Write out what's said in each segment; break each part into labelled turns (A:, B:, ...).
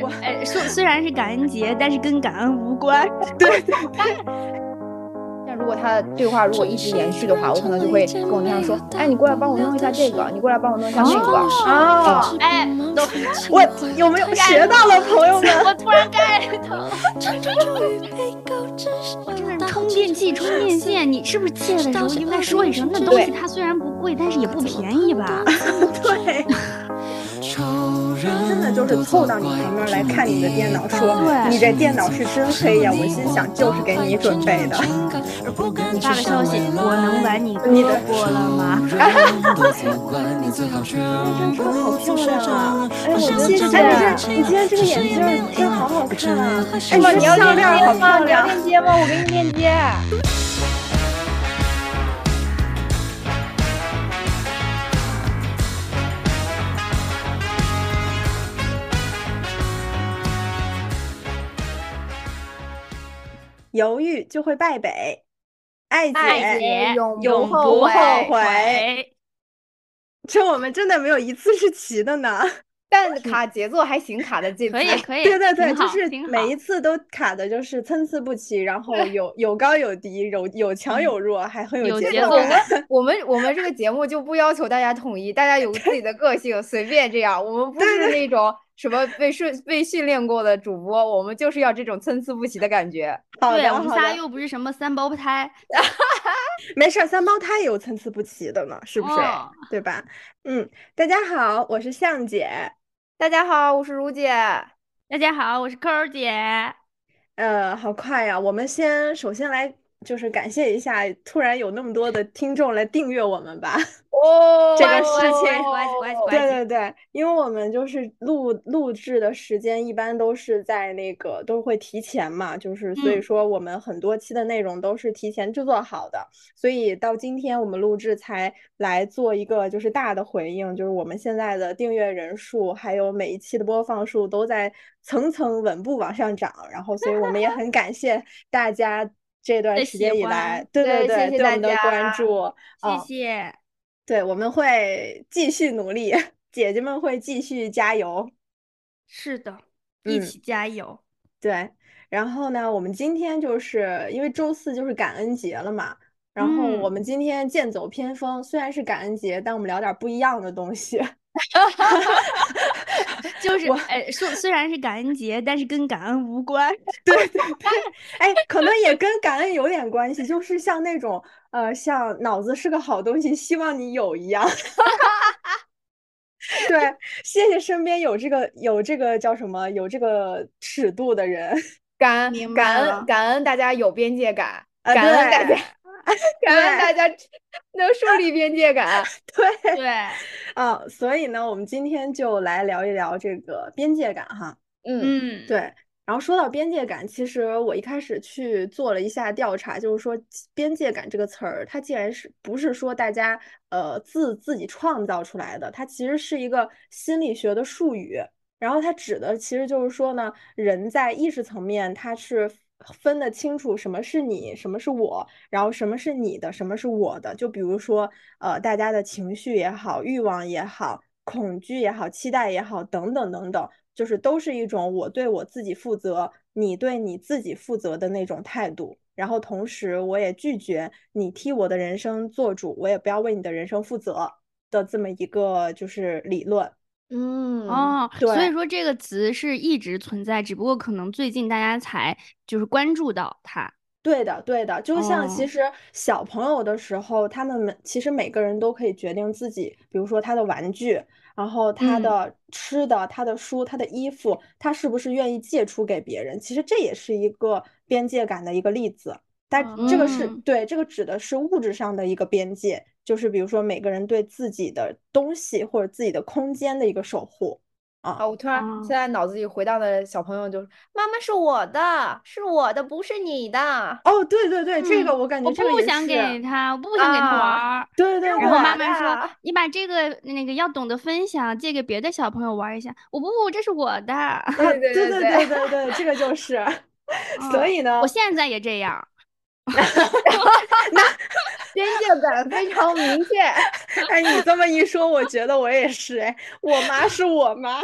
A: 就是哎， 虽虽然是感恩节，但是跟感恩无关。
B: 对对对。但如果他的对话如果一直延续的话，我可能就会跟我对象说：“哎，你过来帮我弄一下这个，你过来帮我弄一下那个。”
A: 啊，哎，
B: 哦我有没有学到了，朋 友们？
A: 我突然 get 到了。真的，充电器、充电线，你是不是借的时候应该说一声？那东西它虽然不贵，但是也不便宜吧？
B: 对。真的就是凑到你前面来看你的电脑，说你这电脑是真黑呀！我心想，就是给你准备的。
A: 你发个消息，我能把你哥过了吗？
B: 哈哈哈！真的好漂亮啊！哎，我谢谢。哎，你今天这个眼镜真好好看啊！哎，你
C: 要
B: 项链好漂
C: 你要
B: 亮。
C: 链接吗？我给你链接。
B: 犹豫就会败北，爱
A: 爱
B: 姐
A: 姐
C: 哎永
B: 永
C: 不
B: 不
C: 后
B: 后悔。
A: 喂，
B: 这我们真的没有一次是齐的呢。
C: 但卡节奏还行，卡的这
A: 可以可以，
B: 对对对，
A: 哎挺
B: 就
A: 好
B: 是
A: 挺好
B: 每一次都卡的，就是参差不齐，然后有有高有低，有有强有弱，还很
A: 嗯有
B: 节
A: 节
B: 奏
A: 奏
B: 感。
A: 感
C: 我们我们这个节目就不要求大家统一，大家有自己的个性，随便这样。我们不是那种什么被训被训练过的主播，我们就是要这种参差不齐的感觉。
B: 好
A: 对
B: 的
A: 我们
B: 好
A: 仨
B: 的，
A: 又不是什么三胞胎，
B: 没事儿，三胞胎也有参差不齐的呢，是不是？
A: 哦
B: 对吧？嗯，大家好，我是向姐。
C: 大家好，我是茹姐。
A: 大家好，我是扣儿姐。
B: 呃，好快呀！我们先首先来就是感谢一下，突然有那么多的听众来订阅我们吧。
C: 哦
B: 这个事情
A: 乖乖乖乖
B: 对对对，因为我们就是录录制的时间一般都是在那个都会提前嘛，就是所以
A: 嗯
B: 说我们很多期的内容都是提前制作好的，所以到今天我们录制才来做一个就是大的回应，就是我们现在的订阅人数还有每一期的播放数都在层层稳步往上涨，然后所以我们也很感谢大家这段
A: 的
B: 时
A: 喜
B: 间以
A: 欢
B: 来，对
C: 对
B: 对
C: 谢谢
B: 对我
C: 大
B: 们的关
C: 家
B: 注，
A: 谢
B: 嗯。
A: 谢，
B: 对，我们会继续努力， 姐姐们会继续加油。
A: 是的，一
B: 嗯
A: 起加油。
B: 对，然后呢，我们今天就是因为周四就是感恩节了嘛，然后我
A: 嗯
B: 们今天剑走偏锋，虽然是感恩节，但我们聊点不一样的东西。
A: 就是
B: 我
A: 哎，虽虽然是感恩节，但是跟感恩无关。
B: 对对对，哎，可能也跟感恩有点关系，就是像那种呃，像脑子是个好东西，希望你有一样。 对，谢谢身边有这个有这个叫什么有这个尺度的人。
C: 感恩
A: 明
C: 感
A: 白
C: 恩
A: 了
C: 感恩大家有边 界感，
B: 啊
C: 感恩大
B: 对
C: 家感
B: 对
C: 恩大家 能树立边 界感。
B: 对
A: 对，
B: 啊，所以呢，我们今天就来聊一聊这个边界感哈。
C: 嗯
A: 嗯，
B: 对，然后说到边界感，其实我一开始去做了一下调查，就是说边界感这个词儿，它既然是不是说大家呃自自己创造出来的，它其实是一个心理学的术语。然后它指的其实就是说呢，人在意识层面，它是分得清楚什么是你，什么是我，然后什么是你的，什么是我的。就比如说，呃，大家的情绪也好，欲望也好，恐惧也好，期待也好，等等等等，就是都是一种我对我自己负责，你对你自己负责的那种态度。然后同时，我也拒绝你替我的人生做主，我也不要为你的人生负责的这么一个就是理论。
C: 嗯
A: 哦，所
B: 对
A: 以说这个词是一直存在，只不过可能最近大家才就是关注到它。
B: 对的，对的，就像其
A: 哦
B: 实小朋友的时候，他们每其实每个人都可以决定自己，比如说他的玩具，然后他
A: 嗯
B: 的吃的、他的书、他的衣服，他是不是愿意借出给别人？其实这也是一个边界感的一个例子。但这个是
A: 嗯
B: 对，这个指的是物质上的一个边界，就是比如说每个人对自己的东西或者自己的空间的一个守护。
C: 啊！我突然
A: 哦
C: 现在脑子里回荡的小朋友就是：妈妈是我的，是我的，不是你的。
B: 哦，对对对，这个
A: 嗯
B: 我感觉
A: 我
B: 这个
A: 不
B: 也
A: 想
B: 是，
A: 给他，我不想给他玩
C: 啊
A: 儿。
B: 对对
A: 然后
B: 对
A: 妈
C: 我
A: 妈说
C: 的：“
A: 你把这个那个要懂得分享，借给别的小朋友玩一下。”我不，这是我的。
B: 啊，
C: 对对
B: 对
C: 对
B: 对
C: 对
B: 对对，这个就是，所
A: 嗯
B: 以呢
A: 我，现在也这样。
C: 边界感非常明确。
B: 哎，你这么一说，我觉得我也是。哎，我妈是我 妈，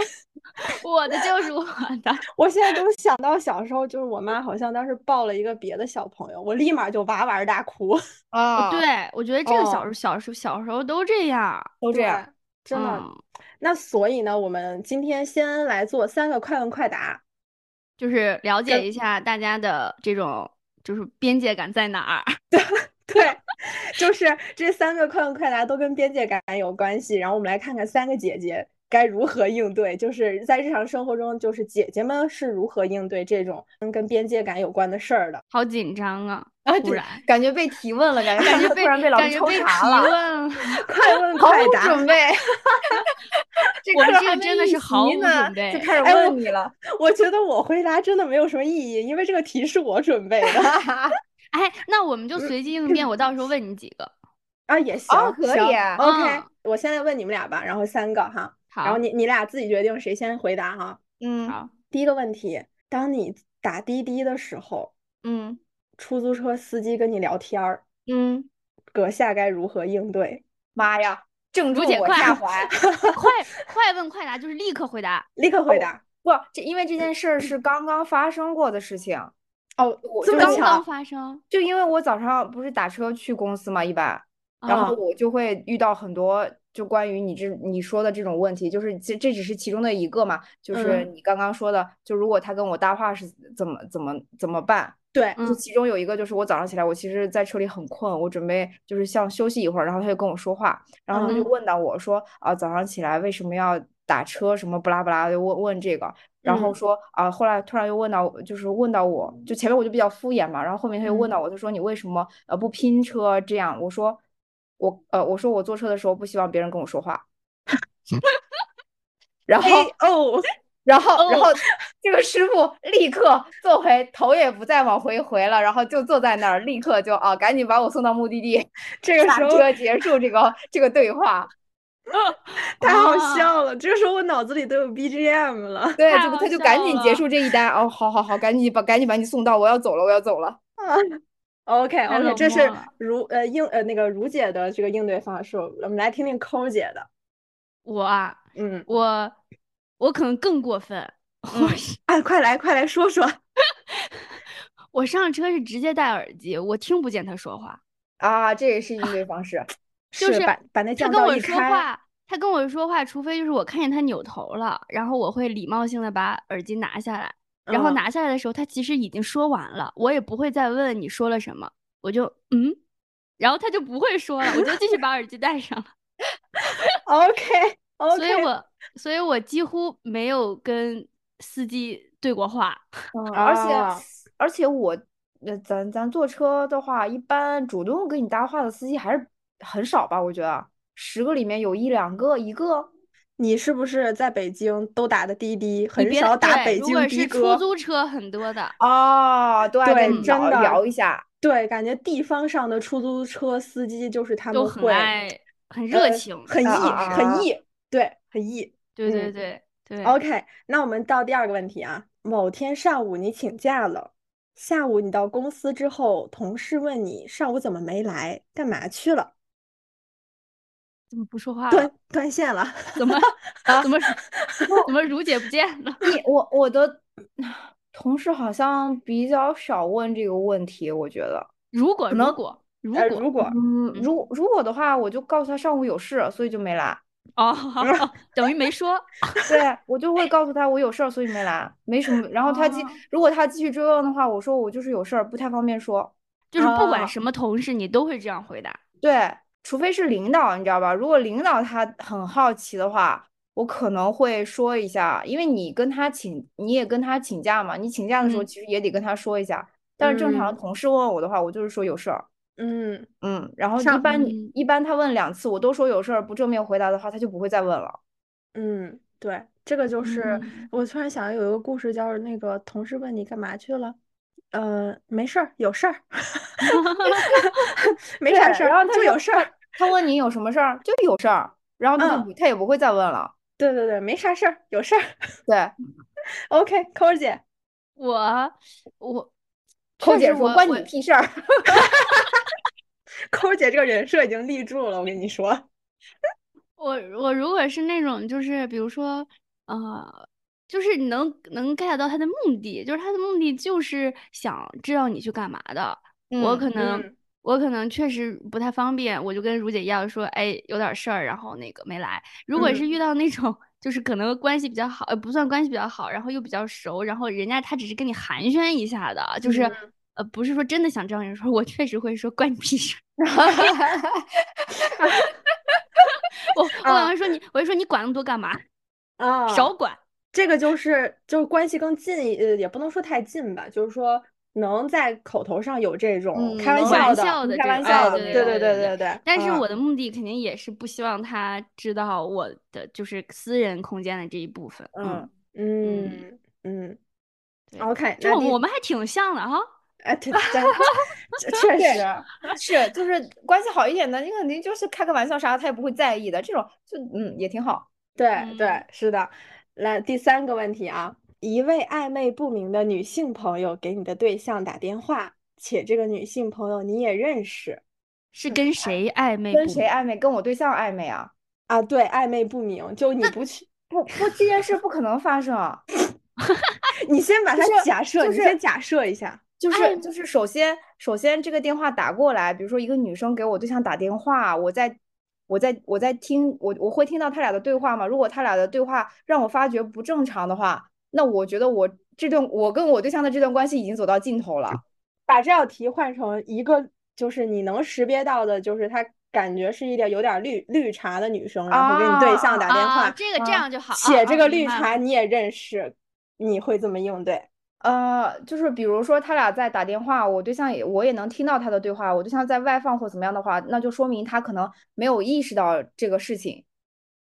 A: 我的就是我的。
B: 我现在都想到小时候，就是我妈好像当时抱了一个别的小朋友，我立马就哇哇大哭。
C: 啊、
A: 对，我觉得这个小时候、小时候、小时候都这样。
C: 都这样，
B: 真的。
A: 嗯
B: 那所以呢，我们今天先来做三个快问快答。
A: 就是了解一下大家的这种就是边界感在哪儿。
B: 对，就是这三个快问快答都跟边界感有关系。然后我们来看看三个姐姐该如何应对，就是在日常生活中，就是姐姐们是如何应对这种跟边界感有关的事儿的。
A: 好紧张啊！
C: 啊
A: 突
C: 对
A: 然
C: 感觉被提问了，感觉
A: 感觉
C: 突
A: 被
C: 然被老
A: 感
C: 师
A: 觉
C: 抽
A: 被提
C: 查 了，
A: 问了，
B: 快问
C: 毫
B: 快
C: 无
B: 答，
C: 准备。 这
A: 我
C: 课
A: 这个
C: 还没
A: 真的
C: 预
A: 是毫
C: 习
A: 无
C: 呢
A: 准备
C: 就开始
B: 哎我
C: 问 你了。
B: 我觉得我回答真的没有什么意义，因为这个题是我准备 的
A: 哎，那我们就随机应变，我到时候问你几个。
B: 啊，也行，
C: 可以
B: 行
C: 啊
B: ，OK
A: 嗯。
B: 我现在问你们俩吧，然后三个哈，然
A: 好
B: 后，你你俩自己决定谁先回答哈。
C: 嗯
A: 好，
B: 第一个问题，当你打滴滴的时候，
C: 嗯
B: 出租车司机跟你聊天儿，
C: 嗯，
B: 阁下该如何应对？
C: 妈呀，正
A: 竹
C: 中
A: 姐
C: 我
A: 快啊
C: 下怀。
A: 快快问快答，就是立刻回答。
B: 立刻回答。
C: 不，这因为这件事儿是刚刚发生过的事情，
B: 哦，
C: 我
B: 这
C: 就
B: 么
A: 刚
C: 是
A: 刚
B: 巧，
A: 发生，
C: 就因为我早上不是打车去公司嘛，一般，然后
A: 啊
C: 我就会遇到很多就关于你这你说的这种问题，就是这这只是其中的一个嘛，就是
A: 嗯
C: 你刚刚说的，就如果他跟我搭话是怎么怎么怎么办？
B: 对，
A: 嗯
C: 就其中有一个就是我早上起来，我其实在车里很困，我准备就是想休息一会儿，然后他就跟我说话，然后他就
A: 嗯
C: 问到我说啊，早上起来为什么要打车什么不拉不拉的，就问问这个，然后
B: 嗯
C: 说啊，后来突然又问到，就是问到我，就前面我就比较敷衍嘛，然后后面他又
A: 嗯
C: 问到我，他说你为什么呃不拼车这样？我说我呃我说我坐车的时候不希望别人跟我说话，
A: 嗯
C: 然后
B: 哦，
C: 然后然
A: 哦
C: 后这个师傅立刻坐回头也不再往回回了，然后就坐在那儿，立刻就啊赶紧把我送到目的地，
B: 这个
C: 打
B: 时候
C: 车结束这个这个对话。
B: 太好
A: 啊
B: 笑了，这个时候我脑子里都有 BGM 了
C: 对，
A: 太
C: 就
A: 好
C: 他就
A: 笑
C: 赶紧结
A: 了
C: 束这一单。哦，好好好，赶紧把赶紧把你送到，我要走了，我要走了。
B: OK
A: 太
B: OK，
A: 冷
B: 这是
A: 漠了
B: 如呃应呃那个如姐的这个应对方式，我们来听听抠姐的。
A: 我啊，
B: 嗯，
A: 我我可能更过分，我是
B: 啊，快来快来说说。
A: 我上车是直接戴耳机，我听不见他说话。
C: 啊，这也是应对方式。
A: 就是
B: 把把那
A: 他
B: 降
A: 跟
B: 噪
A: 我
B: 一
A: 说
B: 开，
A: 话，他跟我说话，除非就是我看见他扭头了，然后我会礼貌性的把耳机拿下来，然后
B: 嗯
A: 拿下来的时候，他其实已经说完了，我也不会再问你说了什么，我就嗯，然后他就不会说了，我就继续把耳机戴上了。
B: OK OK，
A: 所以我，所以我几乎没有跟司机对过话。
C: 嗯，而
B: 啊
A: 哦
C: 且 而且我，呃，咱咱坐车的话，一般主动跟你搭话的司机还是很少吧？我觉得十个里面有一两个，一个。
B: 你是不是在北京都打的的的，
A: 你
B: 很
A: 别
B: 少打
A: 对
B: 北
A: 如
B: 京
A: 果
B: 的
A: 是
B: 哥
A: 出？租车很多的，
C: 哦，对
B: 对
C: 跟你
B: 真
C: 聊
B: 的
C: 聊一下。
B: 对，感觉地方上的出租车司机就是他
A: 都
B: 们
A: 很
B: 会
A: 爱，很热
B: 呃
A: 情。
B: 很易
C: 啊啊啊啊
B: 很易，对，很易。
A: 对对
B: 嗯
A: 对对。
B: OK，那我们到第二个问题啊。某天上午你请假了，下午你到公司之后，同事问你上午怎么没来，干嘛去了？
A: 怎么不说话了
B: 断？断线了。
A: 怎么
B: 啊
A: 怎么怎么如姐不见了？
C: 你我我的同事好像比较少问这个问题，我觉得。
A: 如果
C: 能
A: 如果如
B: 呃，
A: 果
B: 如果
C: 嗯，如果如果的话，我就告诉他上午有事，所以就没来。
A: 哦，好好好等于没说。
C: 对，啊我就会告诉他我有事儿，所以没来，没什么。然后他继，
A: 哦
C: 如果他继续追问的话，我说我就是有事儿，不太方便说。
A: 就是不
B: 哦
A: 管什么同事，你都会这样回答。
C: 对，除非是领导，你知道吧？如果领导他很好奇的话，我可能会说一下，因为你跟他请，你也跟他请假嘛，你请假的时候
A: 嗯
C: 其实也得跟他说一下。但是正常的
B: 嗯
C: 同事问我的话，我就是说有事儿。
B: 嗯，
C: 嗯，然后一
B: 上
C: 般
A: 嗯
C: 一般他问两次，我都说有事儿，不正面回答的话，他就不会再问了。
B: 嗯，对，这个就是
A: 嗯
B: 我突然想到有一个故事，叫那个同事问你干嘛去了，呃，没事儿，有事儿， 没啥
C: 对
B: 事儿，
C: 然后他
B: 就
C: 就
B: 有事儿，
C: 他问你有什么事儿，就有事儿，然后他就
B: 嗯
C: 不他也不会再问了。
B: 对对对，没啥事儿，有事儿。
C: 对，
B: OK，抠儿姐，
A: 我我
C: 寇姐
A: 是
C: 说
A: 我
C: 关
A: 我
C: 你屁事儿。
B: 抠姐这个人设已经立住了，我跟你说，
A: 我我如果是那种就是比如说呃，就是你能能 get 到他的目的，就是他的目的就是想知道你去干嘛的。我
C: 嗯
A: 可能
B: 嗯
A: 我可能确实不太方便，我就跟如姐一样说，哎，有点事儿，然后那个没来。如果
B: 嗯
A: 是遇到那种就是可能关系比较好，呃，不算关系比较好，然后又比较熟，然后人家他只是跟你寒暄一下的，就是、
B: 嗯
A: 呃，不是说真的想知道你说，我确实会说关你屁事儿。 我我
B: 啊
A: 好像说你，我就说你管那么多干嘛？
B: 啊，
A: 嗯少管。
B: 这个就是就是关系更近一，呃，也不能说太近吧，就是说能在口头上有这种
C: 嗯
B: 开玩
C: 能
B: 笑
A: 玩
B: 的、
A: 笑的
B: 开
A: 这
B: 玩
A: 种
B: 笑
A: 哎
B: 的，
A: 对对
B: 对对
A: 对
B: 对对。
A: 但是
B: 啊
A: 我的目的肯定也是不希望他知道我的就是私人空间的这一部分。嗯，
C: 嗯，
B: 嗯嗯
A: 对
B: ，OK，
A: 这
B: 那
A: 我
B: 第
A: 我们还挺像的哈。
B: 哎，对，咱这 确
C: 对
B: 实，啊
C: 是就是关系好一点的，你肯定就是开个玩笑啥的，他也不会在意的。这种就嗯也挺好。
B: 对对
A: 嗯，
B: 是的。来，第三个问题啊，一位暧昧不明的女性朋友给你的对象打电话，且这个女性朋友你也认识
A: 是
B: 嗯
A: 跟谁暧昧？
C: 跟谁？暧昧？跟我对象暧昧啊？
B: 啊，对，暧昧不明，就你不去，
C: 不不，这件事不可能发生啊。
B: 你先把
C: 就
B: 它
C: 是
B: 假设，
C: 就
B: 你
C: 是
B: 先假设一下，
C: 就是
A: 哎
C: 就是，首先首先这个电话打过来，比如说一个女生给我对象打电话，我在我在我在听，我我会听到他俩的对话吗？如果他俩的对话让我发觉不正常的话，那我觉得我这段我跟我对象的这段关系已经走到尽头了。
B: 把这道题换成一个就是你能识别到的，就是她感觉是一点有点绿绿茶的女生，然后给你对象打电
A: 啊，
B: 话，
A: 这个
C: 啊
A: 这样就好。啊
B: 且这
A: 啊
B: 个
A: 明
B: 绿
A: 白了
B: 茶你也认识，你会怎么应对？
C: 呃，就是比如说他俩在打电话，我对象也我也能听到他的对话，我对象在外放或怎么样的话，那就说明他可能没有意识到这个事情，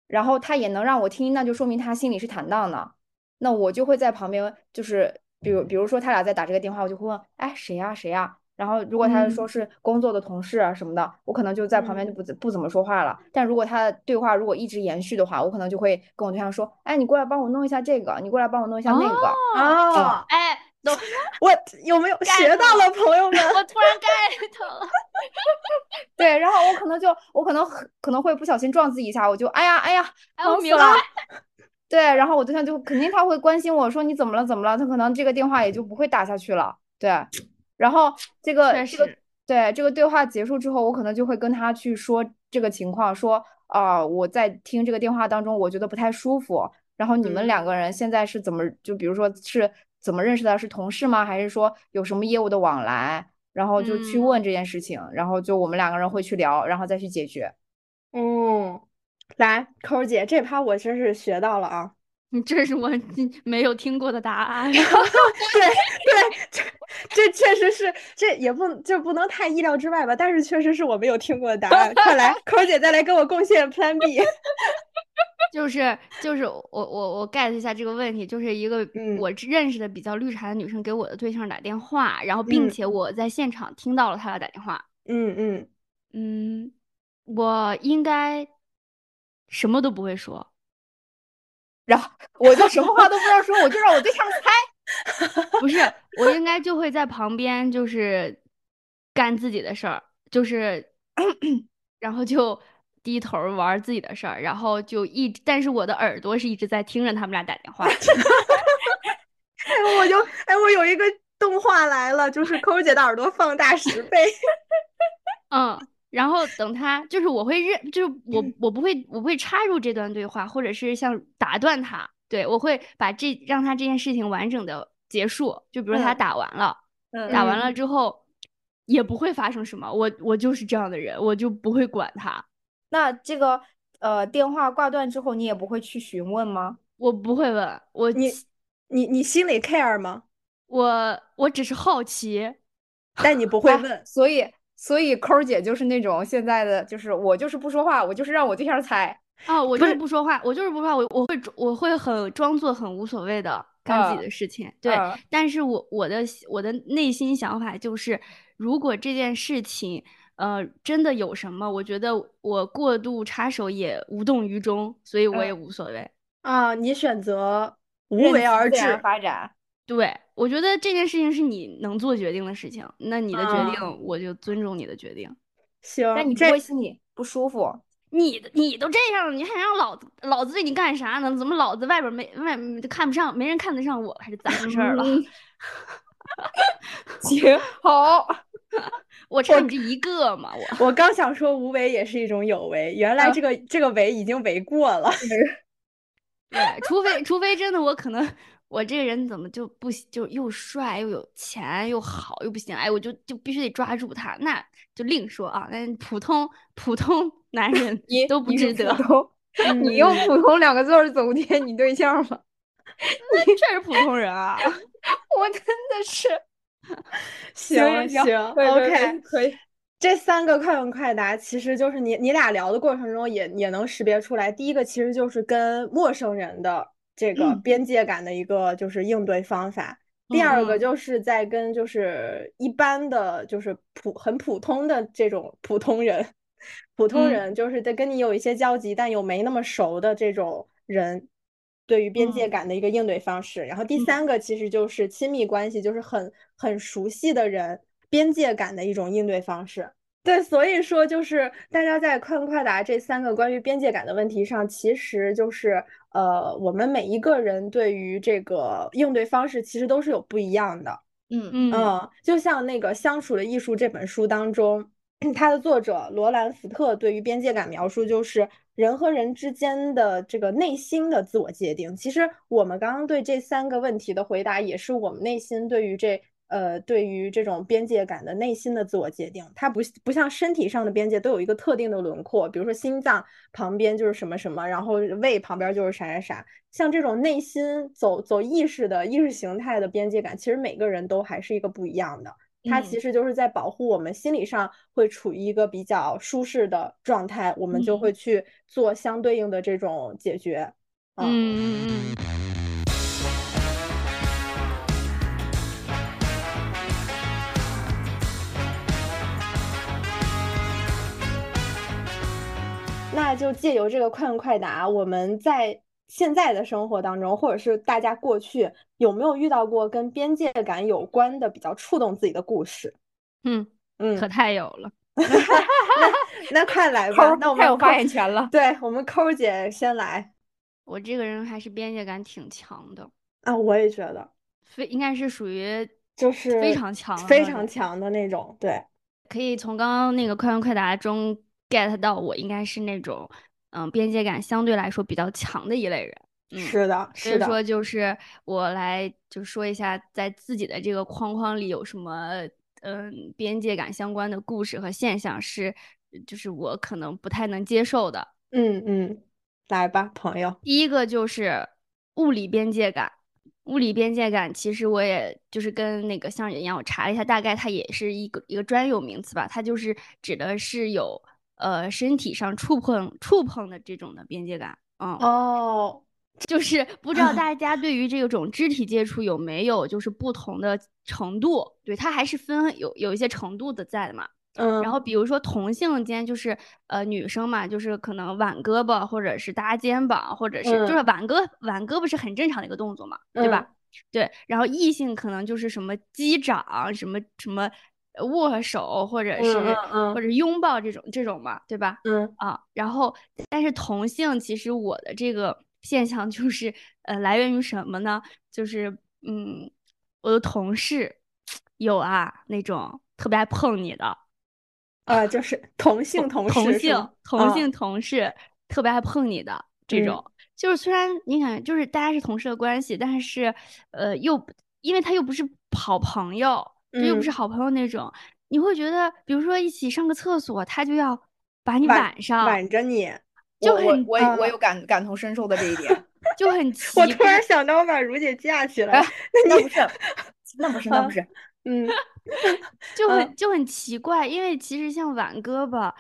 C: 然后他也能让我听，那就说明他心里是坦荡的。那我就会在旁边，就是比如比如说他俩在打这个电话，我就会问，哎，谁呀、谁呀、然后如果他说是工作的同事啊什么的，我可能就在旁边就不怎不怎么说话了。但如果他的对话如果一直延续的话，我可能就会跟我对象说，哎，你过来帮我弄一下这个，你过来帮我弄一下那个。
B: 哦，
A: 哎，都
B: 我有没有
A: get
B: 学到了，朋友们？
A: 我突然 get 了。
C: 对，然后我可能就我可能很可能会不小心撞自己一下，我就哎呀哎呀，
A: 哎，
C: 疼
A: 我
C: 死
A: 明白
C: 了。 对，然后我对象就肯定他会关心我说你怎么了怎么了，他可能这个电话也就不会打下去了。对，然后这个
A: 确
C: 这个
A: 实
C: 对这个对话结束之后，我可能就会跟他去说这个情况，说啊、我在听这个电话当中，我觉得不太舒服。然后你们
B: 嗯
C: 两个人现在是怎么就比如说是怎么认识的？是同事吗？还是说有什么业务的往来？然后就去
A: 嗯
C: 问这件事情，然后就我们两个人会去聊，然后再去解 决。
B: 嗯，来，抠儿姐，这趴我真是学到了啊！
A: 你嗯这是我没有听过的答案。
B: 对对，这这确实是，这也不这不能太意料之外吧，但是确实是我没有听过的答案。快来，抠儿姐再来给我贡献 Plan B。
A: 就是就是我我我 get 一下这个问题，就是一个
B: 嗯
A: 我认识的比较绿茶的女生给我的对象打电话，然后
B: 嗯
A: 并且我在现场听到了她俩打电话。
B: 嗯嗯，
A: 嗯，我应该什么都不会说，
C: 然后 我就什么话都不知道说，我就让我对象猜。
A: 不是我应该就会在旁边就是干自己的事儿，就是然后就低头儿玩儿自己的事儿，然后就一直，但是我的耳朵是一直在听着他们俩打电话。
B: 哎，我就哎，我有一个动画来了，就是抠儿姐的耳朵放大十倍。
A: 嗯，然后等他，就是我会认，就是我我不会我不会插入这段对话，或者是像打断他，对我会把这让他这件事情完整的结束。就比如说他
C: 嗯
A: 打完了，
C: 嗯
A: 打完了之后也不会发生什么，我我就是这样的人，我就不会管他，
C: 那这个呃电话挂断之后，你也不会去询问吗？
A: 我不会问，我
B: 你
A: 其
B: 你你心里 care 吗？
A: 我我只是好奇，
B: 但你不会
C: 哎
B: 问。
C: 所以，所以抠儿姐就是那种现在的，就是我就是不说话，我就是让我对象猜。
A: 啊，我
B: 不
A: 就是
B: 是
A: 不说话，我就是不说话，我我会我会很装作很无所谓的干自
C: 啊
A: 己的事情，对。
C: 嗯
A: 但是我我的我的内心想法就是，如果这件事情呃真的有什么，我觉得我过度插手也无动于衷，所以我也
C: 嗯
A: 无所谓。
B: 啊，你选择无
C: 任
B: 为
C: 其
B: 而
C: 自
B: 治。
C: 然发展。
A: 对，我觉得这件事情是你能做决定的事情，那你的决
C: 嗯
A: 定我就尊重你的决定。
B: 行，
C: 但你不
B: 这
C: 会心里不舒服。
A: 你你都这样了，你还让老子老子对你干啥呢？怎么老子外边没外看不上，没人看得上我，还是咋回事儿了？
C: 嗯 行， 好，
A: 我差你这一个嘛，我
B: 我刚想说无为也是一种有为，原来
C: 啊
B: 这个、这个为已经为过了。
A: 对，除非除非真的我可能我这个人怎么就不行就又帅又有钱又好又不行，哎，我就就必须得抓住他，那就另说啊。但普通普通 男人
C: 你
A: 都不
C: 你
A: 值
C: 是
A: 得
C: 普，通，你用
B: 嗯
C: 普通两个字儿总结你对象吗？
A: 这是普通人啊。
C: 我真的是
B: 行
C: 行行
B: 行
C: 可以可以
B: ，OK，
C: 可以。
B: 这三个快问快答，其实就是你你俩聊的过程中也也能识别出来，第一个其实就是跟陌生人的这个
A: 嗯
B: 边界感的一个就是应对方法。第二个
A: 嗯
B: 就是在跟就是一般的就是普很普通的这种普通人，普通
A: 嗯
B: 人就是在跟你有一些交集，但又没那么熟的这种人，对于边界
A: 嗯
B: 感的一个应对方式。然后第
A: 嗯
B: 三个其实就是亲密关系，就是很很熟悉的人，边界感的一种应对方式。对，所以说就是大家在快问快答这三个关于边界感的问题上，其实就是呃，我们每一个人对于这个应对方式其实都是有不一样的。
C: 嗯
A: 嗯
B: 嗯，就像那个《相处的艺术》这本书当中，它的作者罗兰·福特对于边界感描述就是人和人之间的这个内心的自我界定。其实我们刚刚对这三个问题的回答，也是我们内心对于这呃对于这种边界感的内心的自我界定。它不不像身体上的边界都有一个特定的轮廓，比如说心脏旁边就是什么什么，然后胃旁边就是啥啥啥。像这种内心走走意识的意识形态的边界感，其实每个人都还是一个不一样的。它
C: 嗯
B: 其实就是在保护我们心理上会处于一个比较舒适的状态，我们就
A: 嗯
B: 会去做相对应的这种解决。
A: 嗯嗯嗯。
B: 那就借由这个快问快答，我们在现在的生活当中，或者是大家过去有没有遇到过跟边界感有关的比较触动自己的故事？
A: 嗯
B: 嗯
A: 可，太有了，
B: 那快来
C: 抠
B: 吧
C: 儿，
B: 那我
C: 太
B: 们
C: 有
B: 抠
C: 发言权了。
B: 对我们抠儿姐先来
A: 我这个人还是边界感挺强的，
B: 啊，我也觉得
A: 非应该是属于
B: 就是
A: 非常强的
B: 非
A: 那
B: 常
A: 种
B: 强的那种，对，
A: 可以从刚刚那个快问快答中 get 到我应该是那种嗯边界感相对来说比较强的一类人。嗯，
B: 是的，
A: 所
B: 是
A: 以
B: 的，
A: 说就是我来就说一下，在自己的这个框框里有什么嗯边界感相关的故事和现象是，就是我可能不太能接受的。
B: 嗯嗯，来吧，朋友，
A: 第一个就是物理边界感。物理边界感，其实我也就是跟那个相声一样，我查了一下，大概它也是一个一个专有名词吧，它就是指的是有呃身体上触碰触碰的这种的边界感，嗯，
B: 哦，
A: 就是不知道大家对于这种肢体接触有没有就是不同的程度，对，它还是分有有一些程度的在的嘛，
B: 嗯，
A: 然后比如说同性间就是呃女生嘛，就是可能挽胳膊或者是搭肩膀，或者是、就
B: 嗯
A: 是挽胳挽胳膊是很正常的一个动作嘛，对吧？对，然后异性可能就是什么击掌、什么什么呃握手或者
B: 嗯
A: 是、
B: 嗯
A: 或者拥抱这种这种嘛，对吧？
B: 嗯
A: 啊，然后但是同性其实我的这个现象就是呃来源于什么呢？就是嗯，我的同事有啊那种特别爱碰你的。
B: 啊，就是 同性同
A: 同
B: 事是
A: 性
B: 吗
A: 同
B: 啊
A: 性同事特别爱碰你的这
B: 嗯
A: 种，就是虽然你感觉就是大家是同事的关系，但是呃又不因为他又不是好朋友，就又不是
B: 嗯
A: 好朋友那种，你会觉得比如说一起上个厕所，他就要把你
B: 挽
A: 挽上，
B: 挽着你，
A: 就
C: 我我嗯
A: 很
C: 我我
B: 啊
C: 有感感同身受的这一点。
A: 就很奇
B: 我突然
A: 怪。
B: 想到我把如姐架 起来，
C: 那不是， 那不是，那
B: 啊
C: 不是。
B: 嗯
A: 就很
B: 嗯
A: 就很奇怪，因为其实像挽胳膊，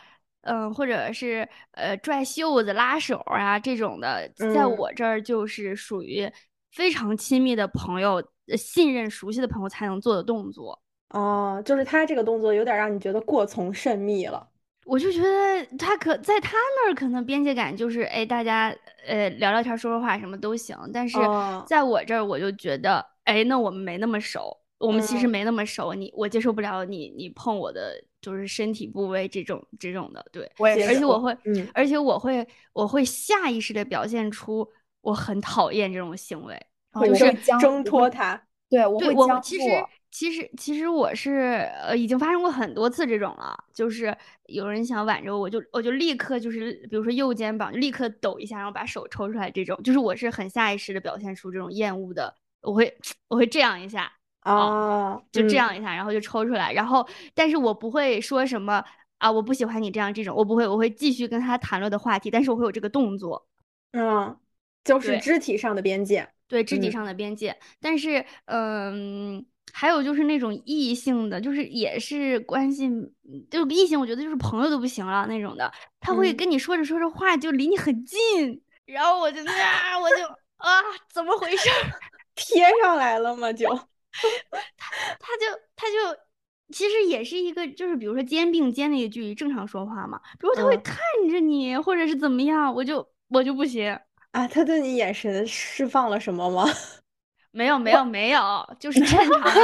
A: 嗯、或者是呃拽袖子、拉手啊这种的，在
B: 嗯
A: 我这儿就是属于非常亲密的朋友、呃信任、熟悉的朋友才能做的动作。
B: 哦，就是他这个动作有点让你觉得过从甚密了，
A: 我就觉得他可在他那儿可能边界感就是，哎，大家呃聊聊天儿、说说话什么都行，但是
B: 哦
A: 在我这儿我就觉得，哎，那我们没那么熟，我们其实
C: 嗯
A: 没那么熟，你我接受不了你你碰我的就是身体部位这种这种的，对，
C: 我也
B: 接
A: 而
C: 是
A: 且
B: 受
A: 我会，
B: 嗯
A: 而且我会我会下意识的表现出我很讨厌这种行为，
C: 哦
A: 就
C: 我
A: 是
C: 会僵
B: 挣
C: 我
B: 脱
C: 会
B: 它。
C: 对，我
A: 对
C: 会啊
A: 我
C: 僵
A: 其
C: 住
A: 实其实其实我是呃已经发生过很多次这种了，就是有人想挽着我，我就我就立刻就是比如说右肩膀就立刻抖一下，然后把手抽出来这种，就是我是很下意识的表现出这种厌恶的，我会我会这样一下，
B: 啊，
A: 就
B: 嗯
A: 这，样一下，然后就抽出来，然后但是我不会说什么啊我不喜欢你这样这种，我不会，我会继续跟他谈论的话题，但是我会有这个动作。
B: 嗯，就是
A: 对
B: 肢体上的边界。
A: 对肢体
B: 嗯
A: 上的边界，但是嗯，还有就是那种异性的，就是也是关系，嗯就异性我觉得就是朋友都不行了那种的，他会
B: 嗯
A: 跟你说着说着话就离你很近，然后我就啊，我就啊，怎么回事儿？
B: 贴上来了吗？就，
A: 他就他就其实也是一个，就是比如说肩并肩的一个距离，正常说话嘛，比如他会
B: 嗯
A: 看着你，或者是怎么样，我就我就不行。
B: 啊，他对你眼神释放了什么吗？
A: 没有没有没有， 就是正常 的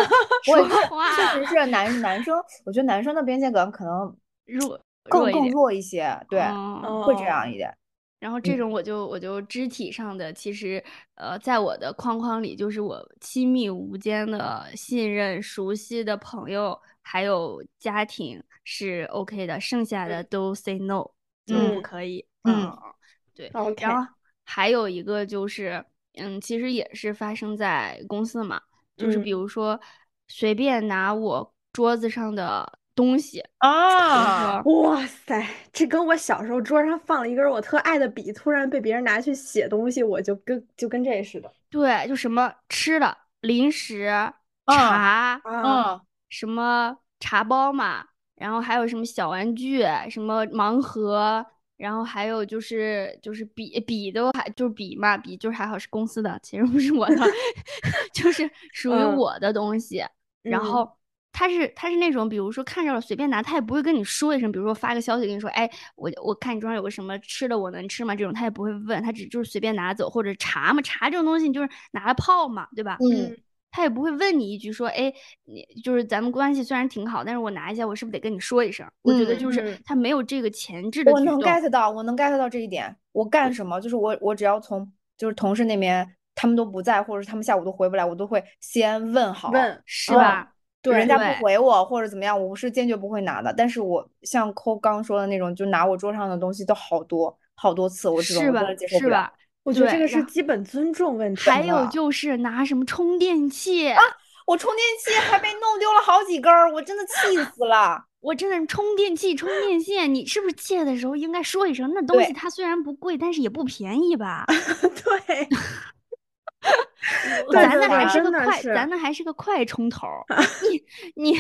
C: 我
A: 说
C: 也是
A: 话。
C: 确实是男男生，我觉得男生的边界感可能
A: 弱
C: 更
A: 弱一
C: 更
A: 点
C: 弱一些，对，
A: 嗯
C: 会这
B: 哦
C: 样一点。
A: 然后这
C: 嗯
A: 种我就我就肢体上的，其实呃，在我的框框里，就是我亲密无间的信任、熟悉的朋友，还有家庭是 OK 的，剩下的都 say no，就是不
B: 嗯
A: 可以。
C: 嗯
A: 对。
B: OK，
A: 然后还有一个就是，嗯，其实也是发生在公司嘛，就是
B: 嗯
A: 比如说随便拿我桌子上的东西，比如
C: 啊，
A: 说。
B: 哇塞，这跟我小时候桌上放了一根我特爱的笔，突然被别人拿去写东西，我就跟就跟这似的
A: 对，就什么吃的、零食、
C: 嗯
A: 茶，
B: 啊，
C: 嗯，
A: 什么茶包嘛，然后还有什么小玩具，什么盲盒，然后还有就是就是笔笔都还就是笔嘛，笔就是还好是公司的，其实不是我的， 就是属于
B: 嗯
A: 我的东西。然
B: 嗯
A: 后他是他是那种，比如说看着了随便拿，他也不会跟你说一声，比如说发个消息跟你说，哎，我我看你桌上有个什么吃的，我能吃吗？这种他也不会问，他只就是随便拿走，或者茶嘛，茶这种东西你就是拿来泡嘛，对吧？
C: 嗯，
A: 他也不会问你一句说，哎，你就是咱们关系虽然挺好，但是我拿一下，我是不是得跟你说一声？我觉得就是
B: 嗯
A: 他没有这个前置的
C: 我
A: 举
C: 能
A: 动。
C: get 到，我能 get 到这一点。我干什么，就是我我只要从就是同事那边他们都不在，或者是他们下午都回不来，我都会先问好，
B: 问
A: 是
B: 嗯
A: 吧？
B: 对
C: 人家
A: 对
C: 不回我或者怎么样，我是坚决不会拿的。但是我像抠刚说的那种，就拿我桌上的东西都好多好多次，我这种
A: 是
C: 我真
A: 吧
C: 的接？受
A: 是
C: 不了。
A: 吧？
B: 我觉得这
A: 对
B: 个是
A: 然后
B: 基本尊重问题
A: 还有
B: 了
A: 就是拿什么充电器
C: 啊我充电器还被弄丢了好几根儿，我真的气死了。
A: 我真的是充电器、充电线，你是不是借的时候应该说一声？那东
C: 对
A: 西它虽然不贵，但是也不便宜吧？
B: 对，对
A: 咱
B: 对
A: 那还
C: 对
A: 是个
B: 真的
A: 快，
B: 是
A: 咱那还是个快充头 儿。你你，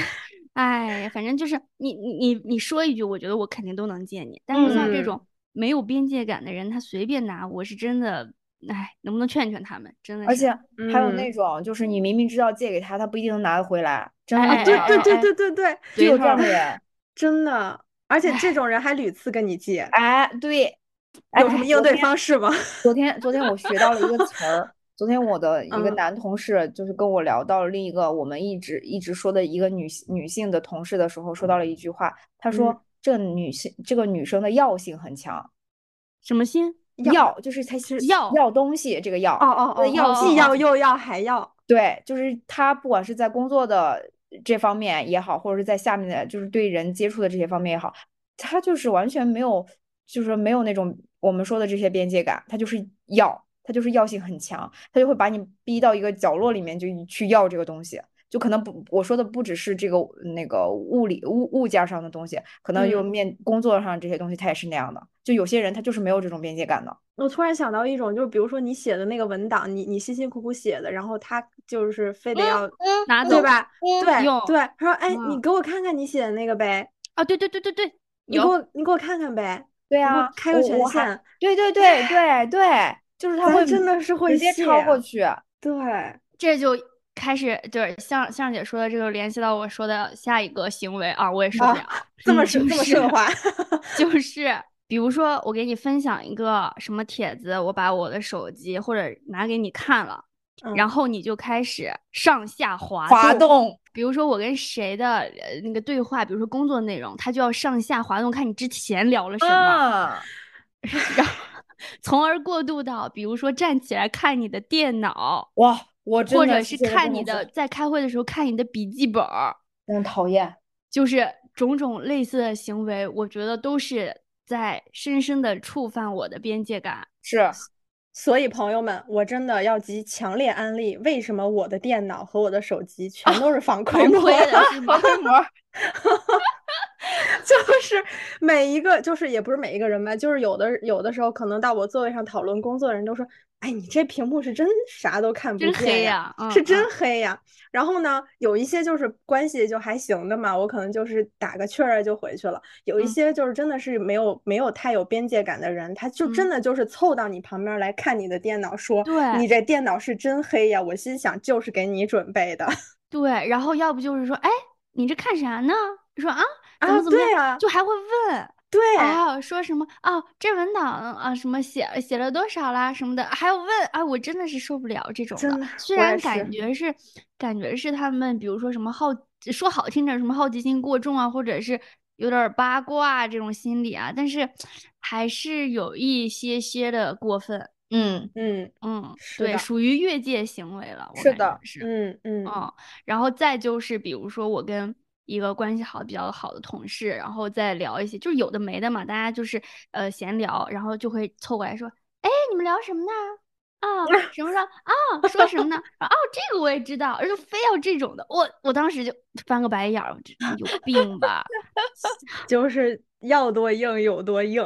A: 哎，反正就是你你你你说一句，我觉得我肯定都能借你。但是像这
B: 嗯
A: 种没有边界感的人，他随便拿，我是真的，哎，能不能劝劝他们？真的
C: 而
A: 是
C: 且还有那
B: 嗯
C: 种，就是你明明知道借给他，他不一定能拿得回来，真的
A: 哎
B: 啊，
C: 很
B: 对
C: 少
B: 对
C: 有
B: 对
A: 哎
B: 对对对，
C: 就
A: 对
C: 有
A: 头
C: 这
A: 儿
C: 种人。
B: 真的，而且
A: 哎
B: 这种人还屡次跟你借，
C: 哎，对，哎
B: 有什么应对方？式吗？
C: 昨天昨天昨天我学到了一个 词儿，昨天我的一个
B: 嗯
C: 男同事就是跟我聊到了另一个我们一直一直说的一个女性女性的同事的时候，说到了一句话，他
B: 嗯
C: 说这个女性这个女生的药性很强，
A: 什么心？
B: 药
C: 药就是她是
A: 药
C: 要东西这个药
B: 哦哦
C: 对
B: 哦，
C: 药
B: 既
A: 性
B: 要又要还要，
C: 对，就是他不管是在工作的这方面也好，或者是在下面的，就是对人接触的这些方面也好，他就是完全没有，就是没有那种我们说的这些边界感，他就是要，他就是要性很强，他就会把你逼到一个角落里面就去要这个东西。就可能不，我说的不只是这个那个物理物物件儿上的东西，可能有
B: 嗯
C: 面工作上这些东西，他也是那样的。就有些人他就是没有这种边界感的。
B: 我突然想到一种，就是比如说你写的那个文档，你你辛辛苦苦写的，然后他就是非得要，
A: 拿
B: 嗯对
A: 走
B: 吧？对
A: 嗯用
B: 对，他说哎，你
A: 嗯
B: 给我看看你写的那个呗，
A: 啊？对对对对对，
B: 你给
A: 有
B: 我你给我看看呗，
C: 对
B: 你给
C: 啊
B: 我，开个
C: 我
B: 权
C: 我还
B: 限，
C: 对对对对对，就是他
B: 咱
C: 会啊
B: 真的是会
C: 直接
B: 谢
C: 超过去。
B: 对，
A: 这就开始就是像像姐说的，这就联系到我说的下一个行为啊，我也受不了。
B: 这么
A: 嗯
B: 说
A: 就
B: 这么
A: 是
B: 说的话，
A: 就是比如说我给你分享一个什么帖子，我把我的手机或者拿给你看了，然后你就开始上下滑
C: 嗯滑动，
A: 比如说我跟谁的呃那个对话，比如说工作内容，他就要上下滑动，看你之前聊了什么，
C: 啊，
A: 然后从而过渡到比如说站起来看你的电脑，
C: 哇，我真
A: 或
C: 的
A: 者
C: 是
A: 是
C: 这个
A: 看
C: 真
A: 你
C: 是
A: 的在开会的时候看你的笔记本儿，
C: 真讨厌。
A: 就是种种类似的行为，我觉得都是在深深的触犯我的边界感。
C: 是，
B: 所以朋友们，我真的要集强烈安利，为什么我的电脑和我的手机全都 是防
A: 崩
B: 窥膜？
A: 溃了是 吗？
C: 规模，
B: 就是每一个，就是也不是每一个人吧，就是有的有的时候，可能到我座位上讨论工作的人都说：“哎，你这屏幕是真啥都看不
A: 真
B: 见
A: 黑
B: 呀，
A: 呀、嗯
B: 是
A: 嗯
B: 真黑呀。”然后呢，有一些就是关系就还行的嘛，我可能就是打个趣儿啊就回去了；有一
A: 嗯
B: 些就是真的是没有没有太有边界感的人，他就真
A: 嗯
B: 的就是凑到你旁边来看你的电脑，说：“
A: 对
B: 你这电脑是真黑呀。”我心想，就是给你准备
A: 哦
B: 的
A: 对，然后要不就是说，哎，你这看啥呢？说啊，怎
B: 啊，
A: 么怎么
B: 对
A: 样，
B: 啊，
A: 就还会问，
B: 对，
A: 哦，说什么啊、哦？这文档啊，什么写写了多少啦，什么的，还有问啊，我真的是受不了这种
B: 真的
A: 虽
B: 我
A: 然
B: 也是
A: 感觉是感觉是他们，比如说什么好，说好听点儿什么好奇心过重啊，或者是有点儿八卦啊这种心理啊，但是还是有一些些的过分。
C: 嗯，
B: 嗯
A: 嗯，
B: 是
A: 对，
B: 的
A: 属于越界行为了。我
C: 是
A: 感觉
C: 的
A: 是。
B: 嗯嗯
A: 嗯，然后再就是，比如说我跟一个关系好、比较好的同事，然后再聊一些，就是有的没的嘛，大家就是呃闲聊，然后就会凑过来说：“哎，你们聊什么呢？” 啊，什么什么啊，说什么呢？啊哦，这个我也知道，就非要这种的，我我当时就翻个白眼儿，我这你有病吧？
B: 就是要多硬有多硬。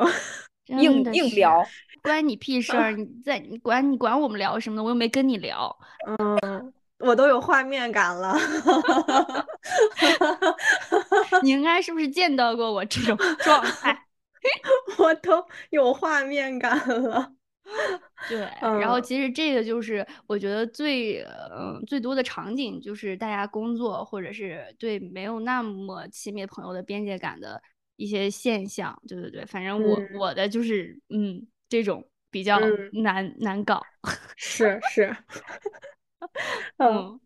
A: 真
C: 硬
A: 的
C: 硬
A: 是
C: 聊，
A: 关你屁事儿！你在你管你管我们聊什么呢？我又没跟你 聊。
B: 嗯我都有画面感了，
A: 你应该是不是见到过我这种状态？
B: 我都有画面感了。
A: 对，然后
B: 嗯
A: 其实这个就是我觉得最呃最多的场景，就是大家工作或者是对没有那么亲密朋友的边界感的一些现象。对对对，反正我、
B: 嗯
A: 我的就是嗯这种比较
B: 嗯
A: 难、难搞。
B: 是是，嗯，
A: 嗯，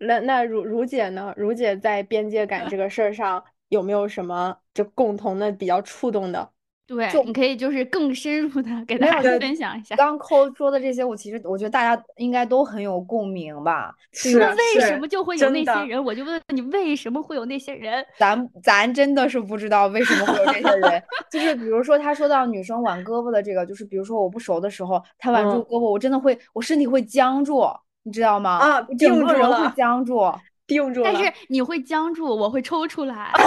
B: 那那如如姐呢？如姐在边界感这个事儿上有没有什么就共同的比较触动的？
A: 对
C: 就，
A: 你可以就是更深入的给
C: 没
A: 大
C: 有
A: 家
C: 就
A: 分享一下。
C: 刚抠说的这些，我其实我觉得大家应该都很有共鸣吧。比如
B: 是
A: 那为什
B: 啊是
A: 么就会有
B: 真
A: 那
B: 的
A: 些人？我就问你，为什么会有那些人？
C: 咱咱真的是不知道为什么会有这些人， 就是比如说他说到女生挽胳膊的这个，就是比如说我不熟的时候，他挽住
B: 嗯
C: 胳膊，我真的会，我身体会僵住，你知道吗？
B: 啊
C: 我整
B: 定住
C: 个人会
B: 了
C: 僵住。
B: 定住
A: 但
B: 了
A: 是你会僵住，我会抽出来。
C: 哦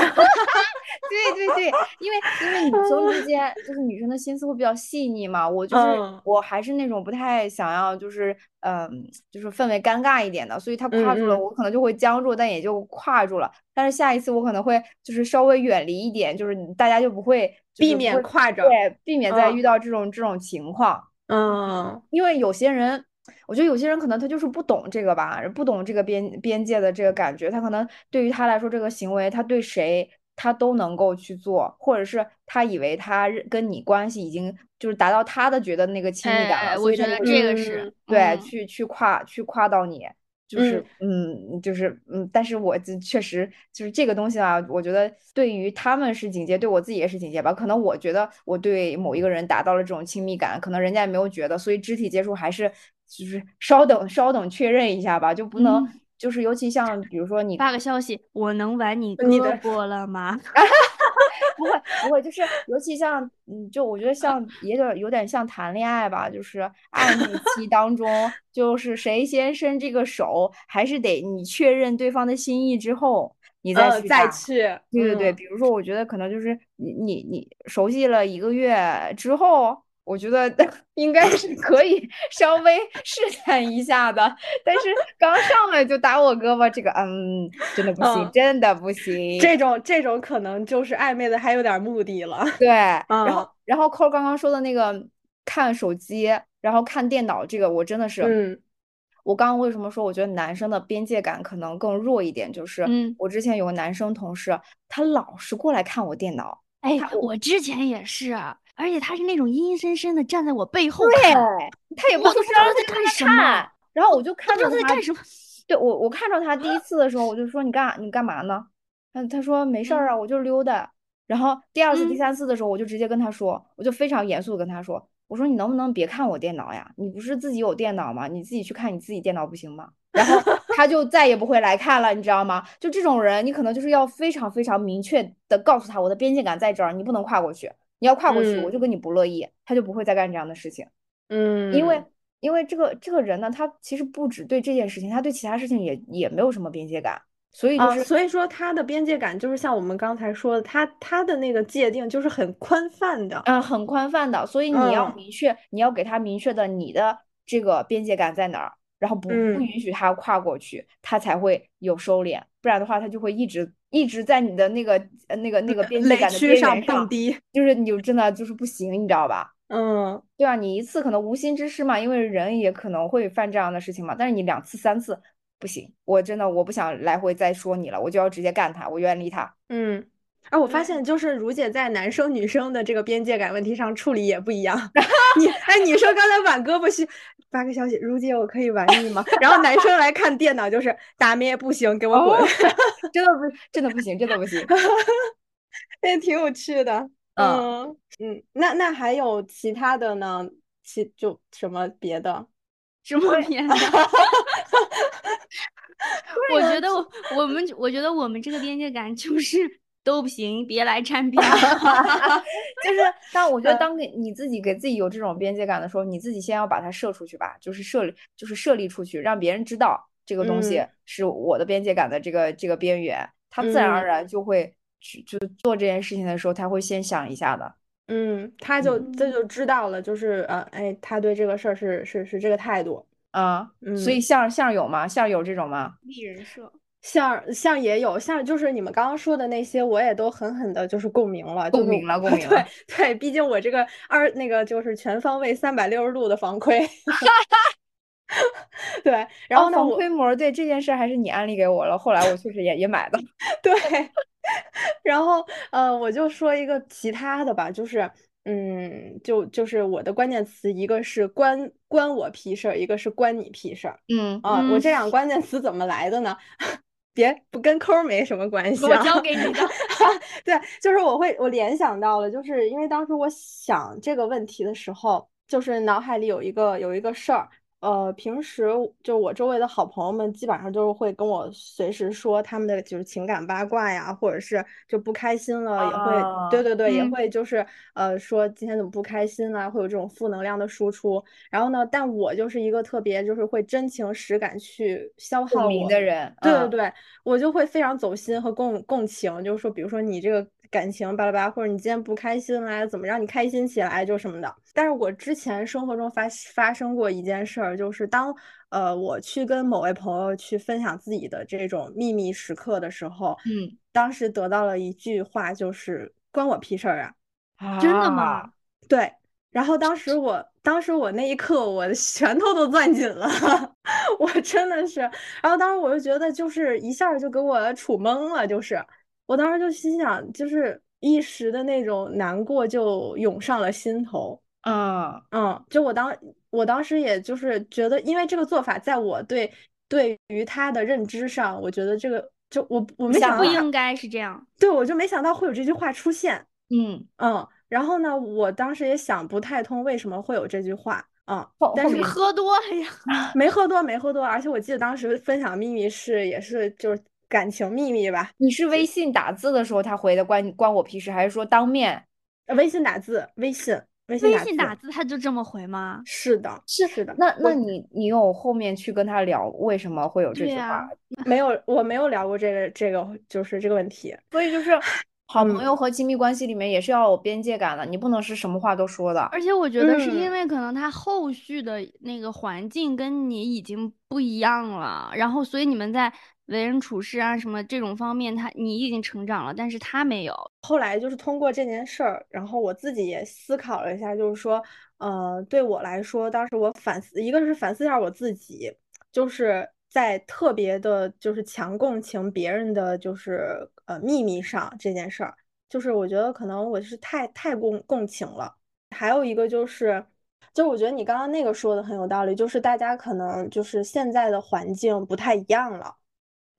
C: 对对对，因为因为女生之间就是女生的心思会比较细腻嘛，我就是
B: 嗯
C: 我还是那种不太想要就是嗯、就是氛围尴尬一点的，所以他跨住了，
B: 嗯嗯
C: 我可能就会僵住，但也就跨住了。但是下一次我可能会就是稍微远离一点，就是大家就不会就是
B: 避
C: 不
B: 免
C: 会
B: 跨着。
C: 对避免再
B: 嗯
C: 遇到这种这种情况。
B: 嗯
C: 因为有些人，我觉得有些人可能他就是不懂这个吧，不懂这个边边界的这个感觉，他可能对于他来说这个行为，他对谁他都能够去做，或者是他以为他认跟你关系已经就是达到他的觉得那个亲密感了，
A: 哎，
C: 所
A: 我
C: 以
A: 觉
C: 他
A: 得
C: 就会
A: 这
C: 去
A: 个是
C: 对、
A: 嗯
C: 去去跨去跨到你。就是，嗯，就是，嗯，但是我这确实就是这个东西啊，我觉得对于他们是警戒，对我自己也是警戒吧。可能我觉得我对某一个人达到了这种亲密感，可能人家也没有觉得，所以肢体接触还是就是稍等稍等确认一下吧，就不能
A: 嗯
C: 就是尤其像比如说你
A: 发个消息，我能挽你
B: 你的
A: 胳膊了 吗？
C: 不会不会，就是尤其像嗯，就我觉得像也有点有点像谈恋爱吧，就是暧昧期当中，就是谁先伸这个手，还是得你确认对方的心意之后，你再
B: 嗯，
C: 去
B: 再
C: 打
B: 去，
C: 对对对，
B: 嗯
C: 比如说，我觉得可能就是你你你熟悉了一个月之后，我觉得 应该是可以稍微试探一下的。但是刚上来就打我胳膊，这个嗯，真的不行，
B: 嗯
C: 真的不行。
B: 这种这种可能就是暧昧的还有点目的了。
C: 对，然后
B: 嗯
C: 然后扣刚刚说的那个看手机，然后看电脑，这个我真的是，
B: 嗯
C: 我刚刚为什么说我觉得男生的边界感可能更弱一点？就是
A: 嗯
C: 我之前有个男生同事，他老是过来看我电脑。
A: 哎
C: 他，
A: 我之前也是，啊而且他是那种阴阴森森的站在我背后
C: 对
A: 看，，
C: 他也不
A: 我
C: 出
A: 都不知
C: 声
A: 道
C: 儿，
A: 在
C: 他就
A: 干
C: 那
A: 什
C: 看
A: 么
C: 然后我就看
A: 不
C: 着
A: 知道他
C: 他
A: 在干什么。
C: 对我，我看到他第一次的时候，我就说你干你干嘛呢？他他说没事儿啊，我就溜达。然后第二次、第
A: 嗯
C: 三次的时候，我就直接跟他说，我就非常严肃的跟他说，我说你能不能别看我电脑呀？你不是自己有电脑吗？你自己去看你自己电脑不行吗？然后 他就再也不会来看了，你知道吗？就这种人，你可能就是要非常非常明确的告诉他，我的边界感在这儿，你不能跨过去。你要跨过
A: 嗯
C: 去，我就跟你不乐意，他就不会再干这样的事情。
B: 嗯，
C: 因为因为这个这个人呢，他其实不只对这件事情，他对其他事情也也没有什么边界感，所以就
B: 啊，
C: 是
B: 所以说他的边界感就是像我们刚才说的，他他的那个界定就是很宽泛的。
C: 嗯、呃很宽泛的，所以你要
B: 嗯
C: 明确，你要给他明确的你的这个边界感在哪儿，然后不不
B: 嗯
C: 允许他跨过去，他才会有收敛，不然的话他就会一直一直在你的那个呃那个那个边界
B: 嗯雷
C: 感的
B: 区
C: 边
B: 上
C: 缘
B: 蹦
C: 上，
B: 迪，
C: 就是你就真的就是不行，你知道吧？
B: 嗯
C: 对啊，你一次可能无心之失嘛，因为人也可能会犯这样的事情嘛。但是你两次、三次不行，我真的我不想来回再说你了，我就要直接干他，我远离他。
B: 嗯。哎，我发现就是如姐在男生女生的这个边界感问题上处理也不一 样。你哎，女生刚才挽胳膊去发个消息，如姐我可以挽你吗？然后男生来看电脑就是打咩不行，给我滚，
C: 真的不，真的不行，真的不行。
B: 也挺有趣的。
C: 嗯，
B: 嗯嗯，那那还有其他的呢？其就什么别的？
A: 什么边界？ 我
C: 啊
A: 觉得我我们我觉得我们这个边界感就是 都不行，别来沾边。
C: 就是，但我
B: 嗯
C: 觉得当给你自己给自己有这种边界感的时候，你自己先要把它设出去吧，就是设立，就是设立出去，让别人知道这个东西
B: 嗯
C: 是我的边界感的这个这个边缘，他自然而
B: 嗯
C: 然就会去就做这件事情的时候，他会先想一下的。
B: 嗯，他就这就知道了，就是呃，哎，他对这个事儿是是是这个态度。
C: 啊，所以
B: 嗯
C: 像像有吗？像有这种吗？
A: 立人设，
B: 像像也有像，就是你们刚刚说的那些，我也都狠狠的，就是共鸣了，就
C: 共
B: 是
C: 鸣了，共 鸣
B: 对
C: 了。
B: 对，毕竟我这个二那个就是全方位三百六十度的防 窥。对，然
C: 哦
B: 后呢，
C: 防
B: 我
C: 窥膜，对这件事还是你安利给我了，后来我确实也也买的。
B: 对，然后呃，我就说一个其他的吧，就是嗯，就就是我的关键词，一个是关关我屁事儿，一个是关你屁事儿。
C: 嗯，
B: 啊，我
A: 嗯
B: 这两个关键词怎么来的呢？ 别不跟抠儿没什么关系
A: 我
B: 啊。
A: 教给你的。
B: 对，就是我会我联想到了，就是因为当时我想这个问题的时候，就是脑海里有一个有一个事儿。呃，平时就我周围的好朋友们，基本上就是会跟我随时说他们的就是情感八卦呀，或者是就不开心了也会，对
C: 啊
B: 对对，也
A: 嗯
B: 会就是呃说今天怎么不开心啦，会有这种负能量的输出。然后呢，但我就是一个特别就是会真情实感去消
C: 共
B: 耗
C: 鸣
B: 我
C: 的人，
B: 对对
C: 嗯，
B: 对，我就会非常走心和共共情，就是说，比如说你这个感情巴拉巴拉，或者你今天不开心啦，怎么让你开心起来，就什么的。但是我之前生活中发发生过一件事儿，就是当呃我去跟某位朋友去分享自己的这种秘密时刻的时候，
C: 嗯，
B: 当时得到了一句话，就是关我屁事儿啊。
A: 真的吗
C: 啊？
B: 对，然后当时我，当时我那一刻，我的 拳头都攥紧了， 我真的是，然后当时我就觉得，就是一下儿就给我杵懵了，就是，我当时就心想，就是一时的那种难过就涌上了心头，
C: 嗯，
B: 嗯，就我当，我当时也就是觉得，因为这个做法在我对对于他的认知上，我觉得这个就我我没
C: 想
B: 想
A: 不
B: 到
C: 法
B: 他，
A: 应该是这样。
B: 对，我就没想到会有这句话出现。
C: 嗯，
B: 嗯，然后呢，我当时也想不太通为什么会有这句话啊，
C: 后
B: 但
C: 后
B: 是
C: 面
A: 喝多了呀，
B: 没喝多，没喝多，而且我记得当时分享秘密是也是就是感情秘密吧，
C: 你是微信打字的时候他回的关关我屁事，还是说当面？
B: 呃微信打字，微信微信
A: 微
B: 打
A: 信
B: 字，
A: 打字他就这么回吗？
B: 是的，
C: 是
B: 是的，
C: 那
B: 我
C: 那你你有后面去跟他聊为什么会有这
A: 对
C: 句
A: 呀
C: 话？
B: 没有我没有聊过这个这个就是这个问题，
C: 所以就是好朋
B: 嗯
C: 友和亲密关系里面也是要有边界感的，你不能是什么话都说的。
A: 而且我觉得是因
B: 嗯
A: 为可能他后续的那个环境跟你已经不一样了，然后所以你们在为人处事啊什么这种方面，他你已经成长了，但是他没有。
B: 后来就是通过这件事儿，然后我自己也思考了一下，就是说，呃，对我来说，当时我反思，一个是反思一下我自己，就是在特别的，就是强共情别人的，就是呃秘密上这件事儿，就是我觉得可能我是太太共共情了。还有一个就是，就我觉得你刚刚那个说的很有道理，就是大家可能就是现在的环境不太一样了，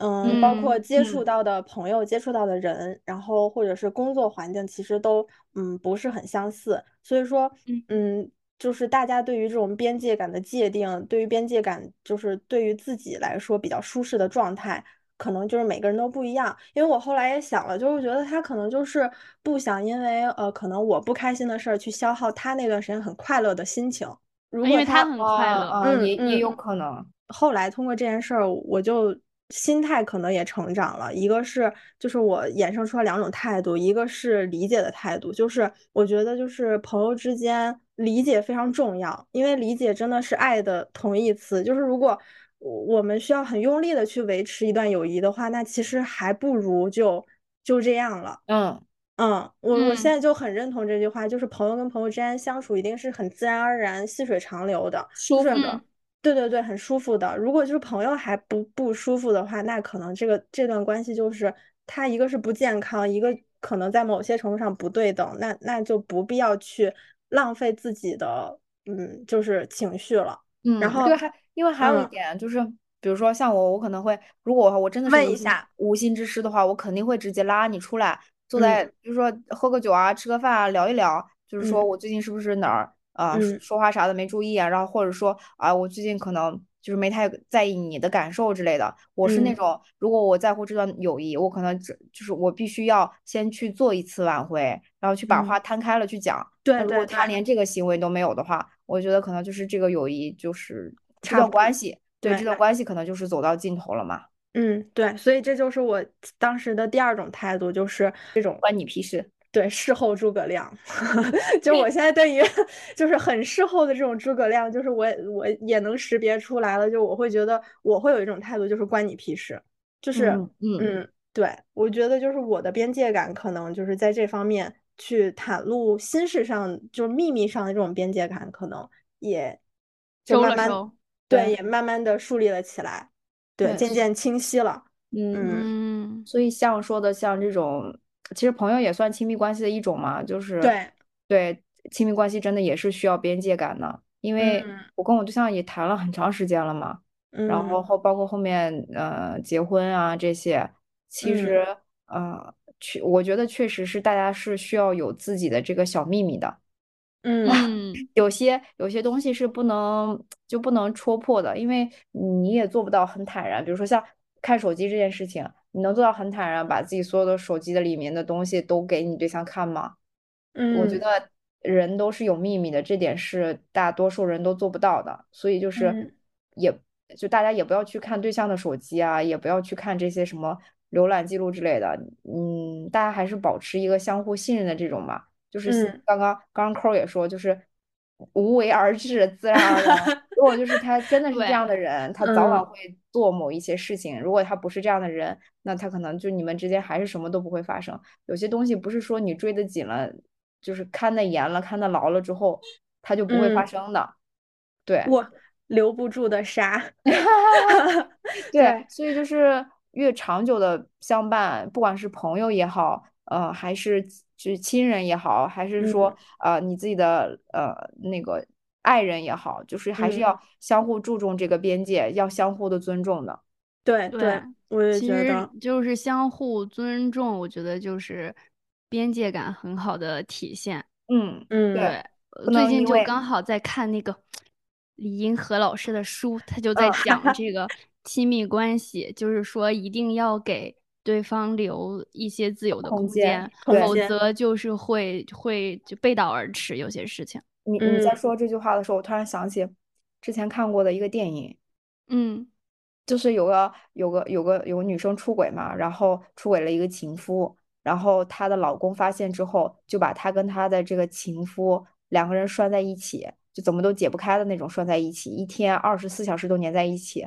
B: 嗯，包括
A: 嗯
B: 接触
A: 嗯
B: 到的朋友、接触到的人，然后或者是工作环境，其实都嗯不是很相似，所以说
A: 嗯
B: 嗯，就是大家对于这种边界感的界定，对于边界感就是对于自己来说比较舒适的状态，可能就是每个人都不一样，因为我后来也想了，就是觉得他可能就是不想因为呃，可能我不开心的事儿去消耗他那段时间很快乐的心情。如
A: 因
B: 果
A: 为
B: 他
A: 他很快乐
C: 啊啊也
B: 嗯
C: 也有
B: 嗯
C: 可能。
B: 后来通过这件事儿，我就心态可能也成长了。一个是就是我衍生出来两种态度，一个是理解的态度，就是我觉得就是朋友之间理解非常重要，因为理解真的是爱的同义词。就是如果我我们需要很用力的去维持一段友谊的话，那其实还不如就就这样了。
C: 嗯，
B: 嗯，我我
A: 嗯
B: 现在就很认同这句话，就是朋友跟朋友之间相处一定是很自然而然、细水长流的，
C: 舒
B: 就是
C: 服的。
B: 对对对，很舒服的。如果就是朋友还不不舒服的话，那可能这个这段关系就是它一个是不健康，一个可能在某些程度上不对等，那那就不必要去浪费自己的嗯，就是情绪了。
C: 嗯，
B: 然后
C: 对，还因为还有一
B: 嗯
C: 点就是，比如说像我，我可能会，如果我真的是
B: 问
C: 无
B: 一
C: 心
B: 下
C: 无心之失的话，我肯定会直接拉你出来，坐
B: 嗯
C: 在，比如说喝个酒啊，吃个饭啊，聊一聊，就是说
B: 嗯
C: 我最近是不是哪儿啊、呃
B: 嗯
C: 说话啥的没注意啊，然后或者说啊、我最近可能就是没太在意你的感受之类的。我是那
B: 嗯
C: 种，如果我在乎这段友谊，我可能只就是我必须要先去做一次挽回，然后去把话
B: 嗯，
C: 摊开了去讲。那
B: 对
C: 如
B: 对
C: 果
B: 对，
C: 他连这个行为都没有的话，我觉得可能就是这个友谊，就是这
B: 差
C: 段
B: 不多
C: 关系，对
B: 对
C: 这。段关系可能就是走到尽头了嘛，
B: 嗯，对，所以这就是我当时的第二种态度，就是这种
C: 关你屁事。
B: 对事后诸葛亮。 就 我现在对于 就是很事后的这种诸葛亮，就是我我也能识别出来了，就我会觉得我会有一种态度，就是关你屁事，就是
C: 嗯嗯
B: 嗯，对，我觉得就是我的边界感可能就是在这方面去袒露心事上就是秘密上的这种边界感，可能也就
A: 收
B: 慢
A: 了
B: 慢
A: 收
B: 对
C: 对
B: 也慢慢的树立了起来，对，
C: 对
B: 渐渐清晰了。
C: 嗯，
B: 嗯，
A: 嗯，
C: 所以像说的，像这种，其实朋友也算亲密关系的一种嘛，就是
B: 对，
C: 对亲密关系真的也是需要边界感的，因为
B: 嗯
C: 我跟我对象也谈了很长时间了嘛。然后
B: 嗯
C: 后包括后面呃结婚啊这些，其
B: 嗯
C: 实呃确我觉得确实是大家是需要有自己的这个小秘密的，
B: 嗯
A: 嗯，
C: 有些有些东西是不能就不能戳破的，因为你也做不到很坦然。比如说像看手机这件事情，你能做到很坦然，把自己所有的手机的里面的东西都给你对象看吗？我觉
B: 嗯
C: 得人都是有秘密的，这点是大多数人都做不到的，所以就是
B: 嗯
C: 也就大家也不要去看对象的手机啊，也不要去看这些什么浏览记录之类的，嗯，大家还是保持一个相互信任的这种嘛，就是像
B: 嗯，
C: 刚刚刚刚抠儿也说，就是无为而治，自然而然。 如果就是他真的是这
A: 对
C: 样的人，他早晚
B: 嗯
C: 会做某一些事情；如果他不是这样的人，那他可能就你们之间还是什么都不会发生。有些东西不是说你追得紧了，就是看得严了、看得牢了之后，它就不会发
B: 嗯，
C: 生的。对，
B: 我留不住的沙，
C: 对，
B: 对，
C: 所以就是越长久的相伴，不管是朋友也好，呃，还是就是亲人也好，还是说
B: 嗯
C: 呃你自己的呃那个爱人也好，就是还是
B: 嗯，
C: 要相互注重这个边界，要相互的尊重的。
B: 对
A: 对，
B: 对，我也
A: 其
B: 觉
A: 实
B: 得，
A: 就是相互尊重，我觉得就是边界感很好的体现。
C: 嗯，
B: 嗯
C: 对，
A: 对，呃
C: 不
A: 最
C: 能
A: 近
C: 因
A: 就
C: 为
A: 刚好在看那个李银河老师的书，他就在
B: 嗯，哈
A: 讲
B: 哈，
A: 这个亲密关系，就是说一定要给对方留一些自由的
C: 空
A: 空
C: 间，
A: 间，
B: 空
C: 对
A: 否
B: 间，
A: 则就是会会就背道而驰有些事情。
C: 你你在
B: 嗯
C: 说这句话的时候，我突然想起之前看过的一个电影。
A: 嗯
C: 就是有个有个有个有个女生出轨嘛，然后出轨了一个情夫，然后她的老公发现之后，就把她跟她的这个情夫两个人拴在一起，就怎么都解不开的那种拴在一起，一天二十四小时都粘在一起。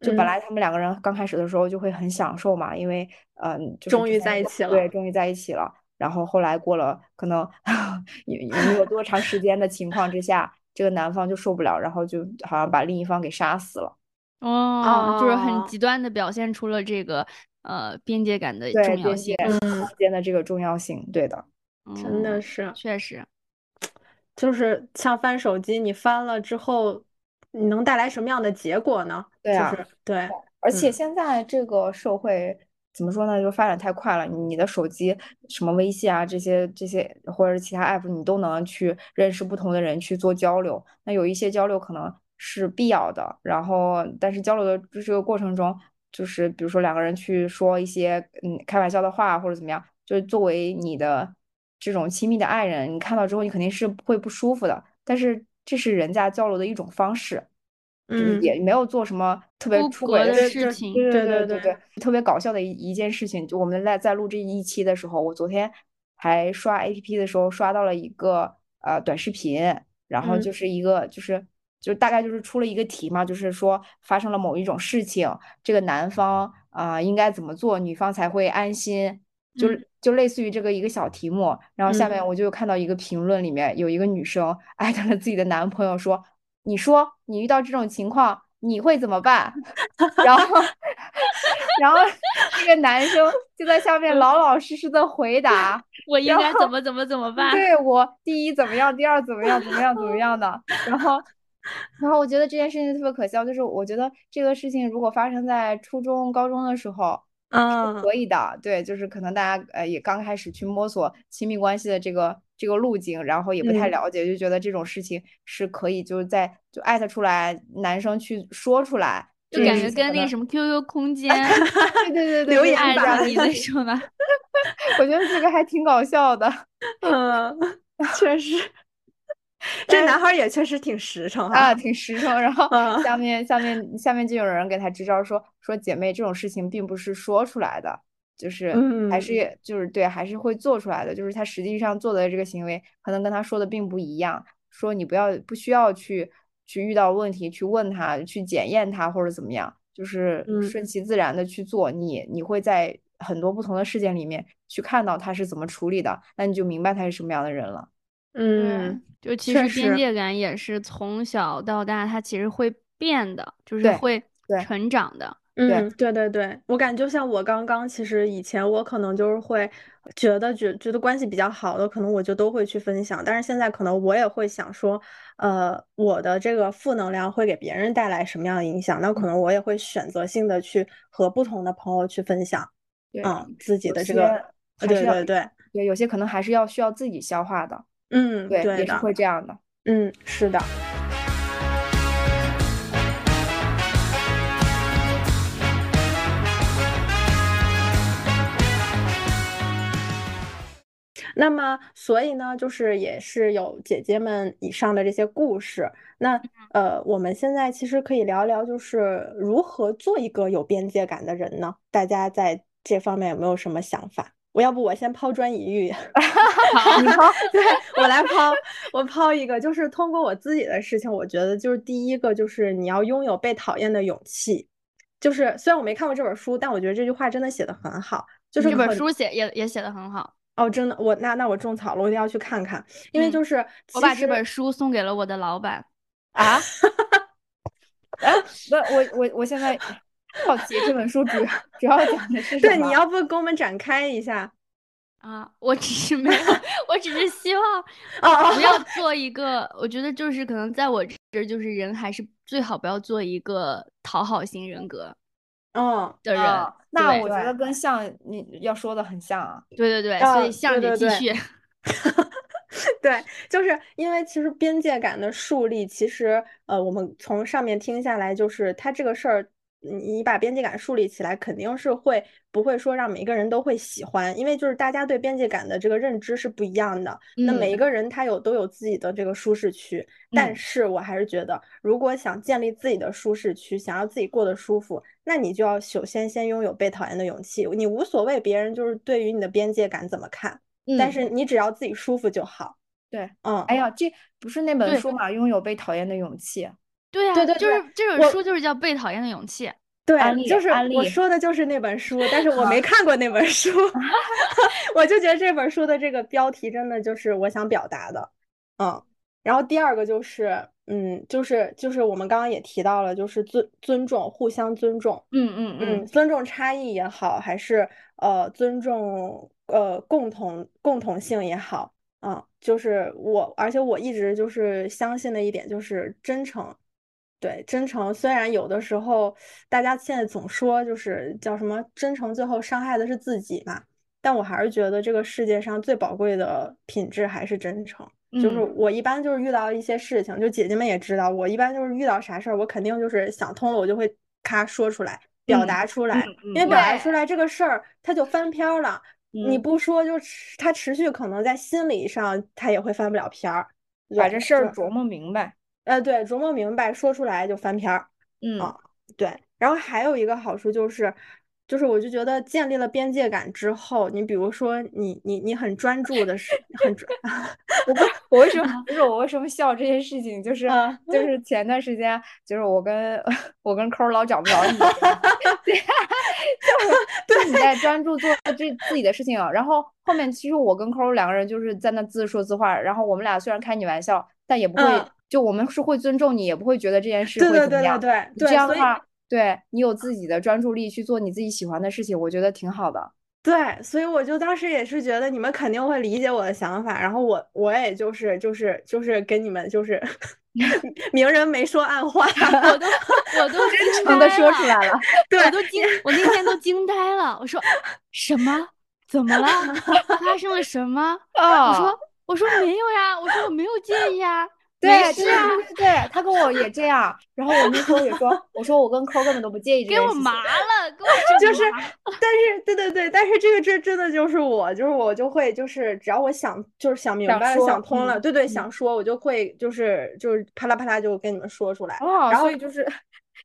C: 就本
B: 嗯，
C: 来他们两个人刚开始的时候就会很享受嘛，因为嗯，就是
B: 终
C: 之
B: 于
C: 前
B: 在一
C: 过
B: 起
C: 对
B: 了，
C: 终于在一起了，然后后来过了可能也也没有多长时间的情况之下，这个男方就受不了，然后就好像把另一方给杀死 了。
A: 哦，就是很
B: 哦，
A: 极端的表现出了这个呃边界感的
C: 对
A: 重要
C: 边界
A: 性。
B: 嗯，
C: 空间的这个重要性，对的，
B: 真
A: 嗯，
B: 的是，
A: 确实，
B: 就是像翻手机，你翻了之后，你能带来什么样的结果呢？
C: 对啊嗯
B: 就是对，
C: 而且现在这个社会怎么说呢？就发展太快了，你的手机什么微信啊，这些这些或者是其他 app，你都能去认识不同的人去做交流。那有一些交流可能是必要的，然后但是交流的这个过程中，就是比如说两个人去说一些嗯开玩笑的话或者怎么样，就是作为你的这种亲密的爱人，你看到之后你肯定是会不舒服的，但是这是人家交流的一种方式。就是
B: 嗯，
C: 也没有做什么特别
A: 出
C: 出
A: 格
C: 轨
A: 的
C: 事
A: 事
C: 对
A: 情
C: 对
B: 对
C: 对
B: 对
C: 对
B: 对
C: 特别搞笑的一一件事情。就我们在在录这一期的时候，我昨天还刷 APP 的时候刷到了一个呃短视频，然后
B: 嗯
C: 就是一个就是就大概就是出了一个题嘛，就是说发生了某一种事情，这个男方啊、呃应该怎么做，女方才会安心。就
B: 嗯
C: 就类似于这个一个小题目，然后下
B: 嗯
C: 面我就看到一个评论里面有一个女生艾特了自己的男朋友说：“你说你遇到这种情况你会怎么办？” 然后，然后这个男生就在下面老老实实的回答，
A: 我嗯应
C: 然
A: 该
C: 后
A: 怎么怎么怎么办？
C: 对我第一怎么样，第二怎么样，怎么样怎 么样的，然后。然后我觉得这件事情特别可笑，就是我觉得这个事情如果发生在初中、高中的时候，
B: 嗯
C: 可以的，对，就是可能大家呃也刚开始去摸索亲密关系的这个这个路径，然后也不太
B: 嗯
C: 了解，就觉得这种事情是可以就是在就艾特出来，男生去说出来，
A: 就
C: 这件
A: 感
C: 事
A: 觉
C: 情
A: 跟
C: 可
A: 那个
C: 能
A: 什么 QQ 空间
C: 对对对对
B: 留
C: 对
B: 言
A: 艾
C: 艾
B: 板
A: 特
C: 特
A: 你
C: 你
A: 那种的，
C: 我觉得这个还挺搞笑的
B: 嗯，确实，这男孩儿也确实挺实诚
C: 啊，
B: 哈。
C: 挺实诚。然后
B: 嗯
C: 下面下面下面就有人给他支招说说姐妹这种事情并不是说出来的，就是还
B: 嗯
C: 是就是对，还是会做出来的，就是他实际上做的这个行为可能跟他说的并不一样，说你不要不需要去去遇到问题去问他去检验他或者怎么样，就是
B: 嗯
C: 顺其自然的去做，你你会在很多不同的事件里面去看到他是怎么处理的，那你就明白他是什么样的人了。
B: 嗯，
A: 对，就其
B: 确
A: 实边
B: 实
A: 界感也是从小到大，它其实会变的，就是
C: 对
A: 会
C: 对
A: 成长的。
B: 嗯，对对对，我感觉就像我刚刚，其实以前我可能就是会觉得觉觉得关系比较好的，可能我就都会去分享，但是现在可能我也会想说，呃，我的这个负能量会给别人带来什么样的影响？那可
C: 嗯
B: 能我也会选择性的去和不同的朋友去分享，
C: 对，
B: 嗯，自己
C: 有
B: 的这
C: 些
B: 个，
C: 还
B: 呃
C: 是
B: 对
C: 要
B: 对对，
C: 对，有些可能还是要需要自己消化的，
B: 嗯，
C: 对，
B: 对
C: 也是
B: 的，
C: 会这样的。
B: 嗯，是的。那么，所以呢，就是也是有姐姐们以上的这些故事。那
A: 嗯
B: 呃，我们现在其实可以聊聊，就是如何做一个有边界感的人呢？大家在这方面有没有什么想法？我要不我先抛砖引 玉，
A: 好，
B: 你抛， 对，我来抛，我抛一个，就是通过我自己的事情，我觉得就是第一个就是你要拥有被讨厌的勇气。就是虽然我没看过这本书，但我觉得这句话真的写得很好。就是
A: 这本
B: 很
A: 书写也也写的很好，
B: 哦，真的，我那那我种草了，我一定要去看看，因为
A: 嗯
B: 就是
A: 我
B: 其
A: 把这
B: 实
A: 本书送给了我的老板。
C: 啊？哎，那我我我现在好奇这本书主要主要讲的是什
B: 对，
C: 么？
B: 你要不给我们展开一下？
A: 啊，我只是 没有，我只是希望
B: 哦 哦
A: 不要做一个，我觉得就是可能在我这儿，就是人还是最好不要做一个讨好型人格
B: 嗯，
A: 的人。
C: 啊，那
A: 对
C: 我觉得跟像你要说的很像啊。
A: 对对对，所
B: 啊
A: 以向
B: 对
A: 你继
B: 对
A: 续。
B: 对，就是因为其实边界感的树立，其实呃，我们从上面听下来，就是它这个事儿，你把边界感树立起来，肯定是会不会说让每个人都会喜欢，因为就是大家对边界感的这个认知是不一样的。那每
A: 嗯
B: 一个人他有都有自己的这个舒适区，但
A: 嗯
B: 是我还是觉得，如果想建立自己的舒适区，想要自己过得舒服，那你就要首先先拥有被讨厌的勇气。你无所谓别人就是对于你的边界感怎么看，但
C: 嗯
B: 是你只要自己舒服就好。
C: 对。
B: 嗯，
C: 哎呀，这不是那本
A: 对
C: 书嘛，《拥有被讨厌的勇气》。
A: 对呀、
B: 对对
A: 就
B: 对
A: 是这本
B: 我
A: 书就是叫《被讨厌的勇气》。
B: 对，
C: 安利
B: 就是
C: 安
B: 我
C: 利
B: 说的就是那本书，但是我没看过那本 书，我就觉得这本书的这个标题真的就是我想表达的，嗯。然后第二个就是，嗯，就是就是我们刚刚也提到了，就是尊尊重，互相尊重，
C: 嗯嗯
B: 嗯，尊重差异也好，还是呃尊重呃共同共同性也好，嗯，就是我，而且我一直就是相信的一点就是真诚。对，真诚虽然有的时候大家现在总说就是叫什么真诚，最后伤害的是自己嘛，但我还是觉得这个世界上最宝贵的品质还是真诚。就是
A: 嗯
B: 我一般就是遇到一些事情，就姐姐们也知道，我一般就是遇到啥事儿，我肯定就是想通了，我就会咔说出来，表
A: 嗯
B: 达出
A: 嗯
B: 来，因为
A: 嗯
B: 表达
C: 对
B: 出来这个事儿，它就翻篇儿了。你
A: 嗯
B: 不说就持，它持续可能在心理上，它也会翻不了篇儿。
C: 把
B: 对
C: 这事儿
B: 就
C: 琢磨明白。
B: 呃，对，琢磨明白，说出来就翻篇儿。
C: 嗯
B: 啊对，然后还有一个好处就是，就是我就觉得建立了边界感之后，你比如说你你你很专注的是很 专，
C: 我不，我为什么就是我为什么笑这些事情，就是
B: 啊
C: 就是前段时间，就是我跟我跟抠儿老找不着 你， 就是自己在专注做这自己的事情，啊然后后面其实我跟抠儿两个人就是在那自说自话，然后我们俩虽然开你玩笑，但也不会、
B: 嗯
C: 就我们是会尊重你，也不会觉得这件事
B: 对
C: 会
B: 对
C: 怎么
B: 对对
C: 样。
B: 对
C: 这
B: 对，
C: 样的
B: 所以
C: 话，对你有自己的专注力去做你自己喜欢的事情，我觉得挺 好的。
B: 对，所以我就当时也是觉得你们肯定会理解我的想法，然后我我也就是就是就是跟你们就是 明人没说暗话，
A: 我都我都惊
C: 真的
A: 呆
C: 说
A: 了
C: 出来了，
A: 我
B: 对
A: 都惊，我那天都惊呆了。我说什么？怎么了？发生了什么？ 我
C: 啊、
A: 说我说没有呀，我说我没有介意 呀，没
C: 对，
A: 事
C: 对
A: 啊，
C: 对对对，他跟我也这样，然后我那时候也说，我说我跟抠根本都不介意这
A: 给
C: 件
A: 我
C: 事情，
A: 麻了，给我
B: 就是
A: 麻了
B: 但是对对对，但是这个这真的就是我，就是我就会就是只要我想就是想明
C: 想
B: 白了
C: 说
B: 想通了，
C: 嗯
B: 对对
C: 嗯
B: 想说，我就会就是就是啪啦啪啦就跟你们说出来。
C: 哦，
B: 然
C: 所
B: 后
C: 以 就是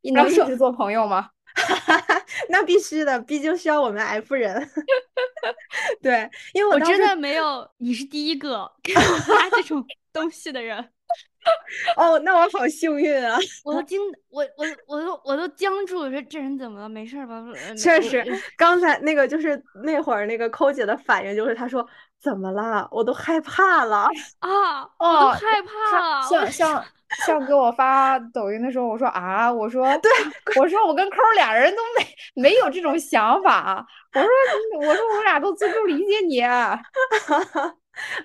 C: 你
B: 然
C: 能
B: 后
C: 一
B: 说
C: 直做朋友吗？
B: 那必须的，毕竟需要我们 F 人。 对，因为我
A: 我
B: 当
A: 真
B: 时
A: 的没有，你是第一个给我发这种东西的人，
B: 哦，那我好幸运啊！
A: 我 都惊，我我我都我都僵住，我说这人怎么了？没事儿吧？呃
B: 确
A: 我
B: 实
C: 嗯
A: 呃，
B: 刚才那个就是那会儿那个抠姐的反应就是她说怎么啦，我都害怕了。
A: 啊，我都
C: 哦，
A: 害
C: 他
A: 怕了，我
C: 像像像给我发抖音的时候，我说啊，我说对， 我说我跟抠儿俩人都没没有这种想法，我说你我说我俩都尊重理解你，啊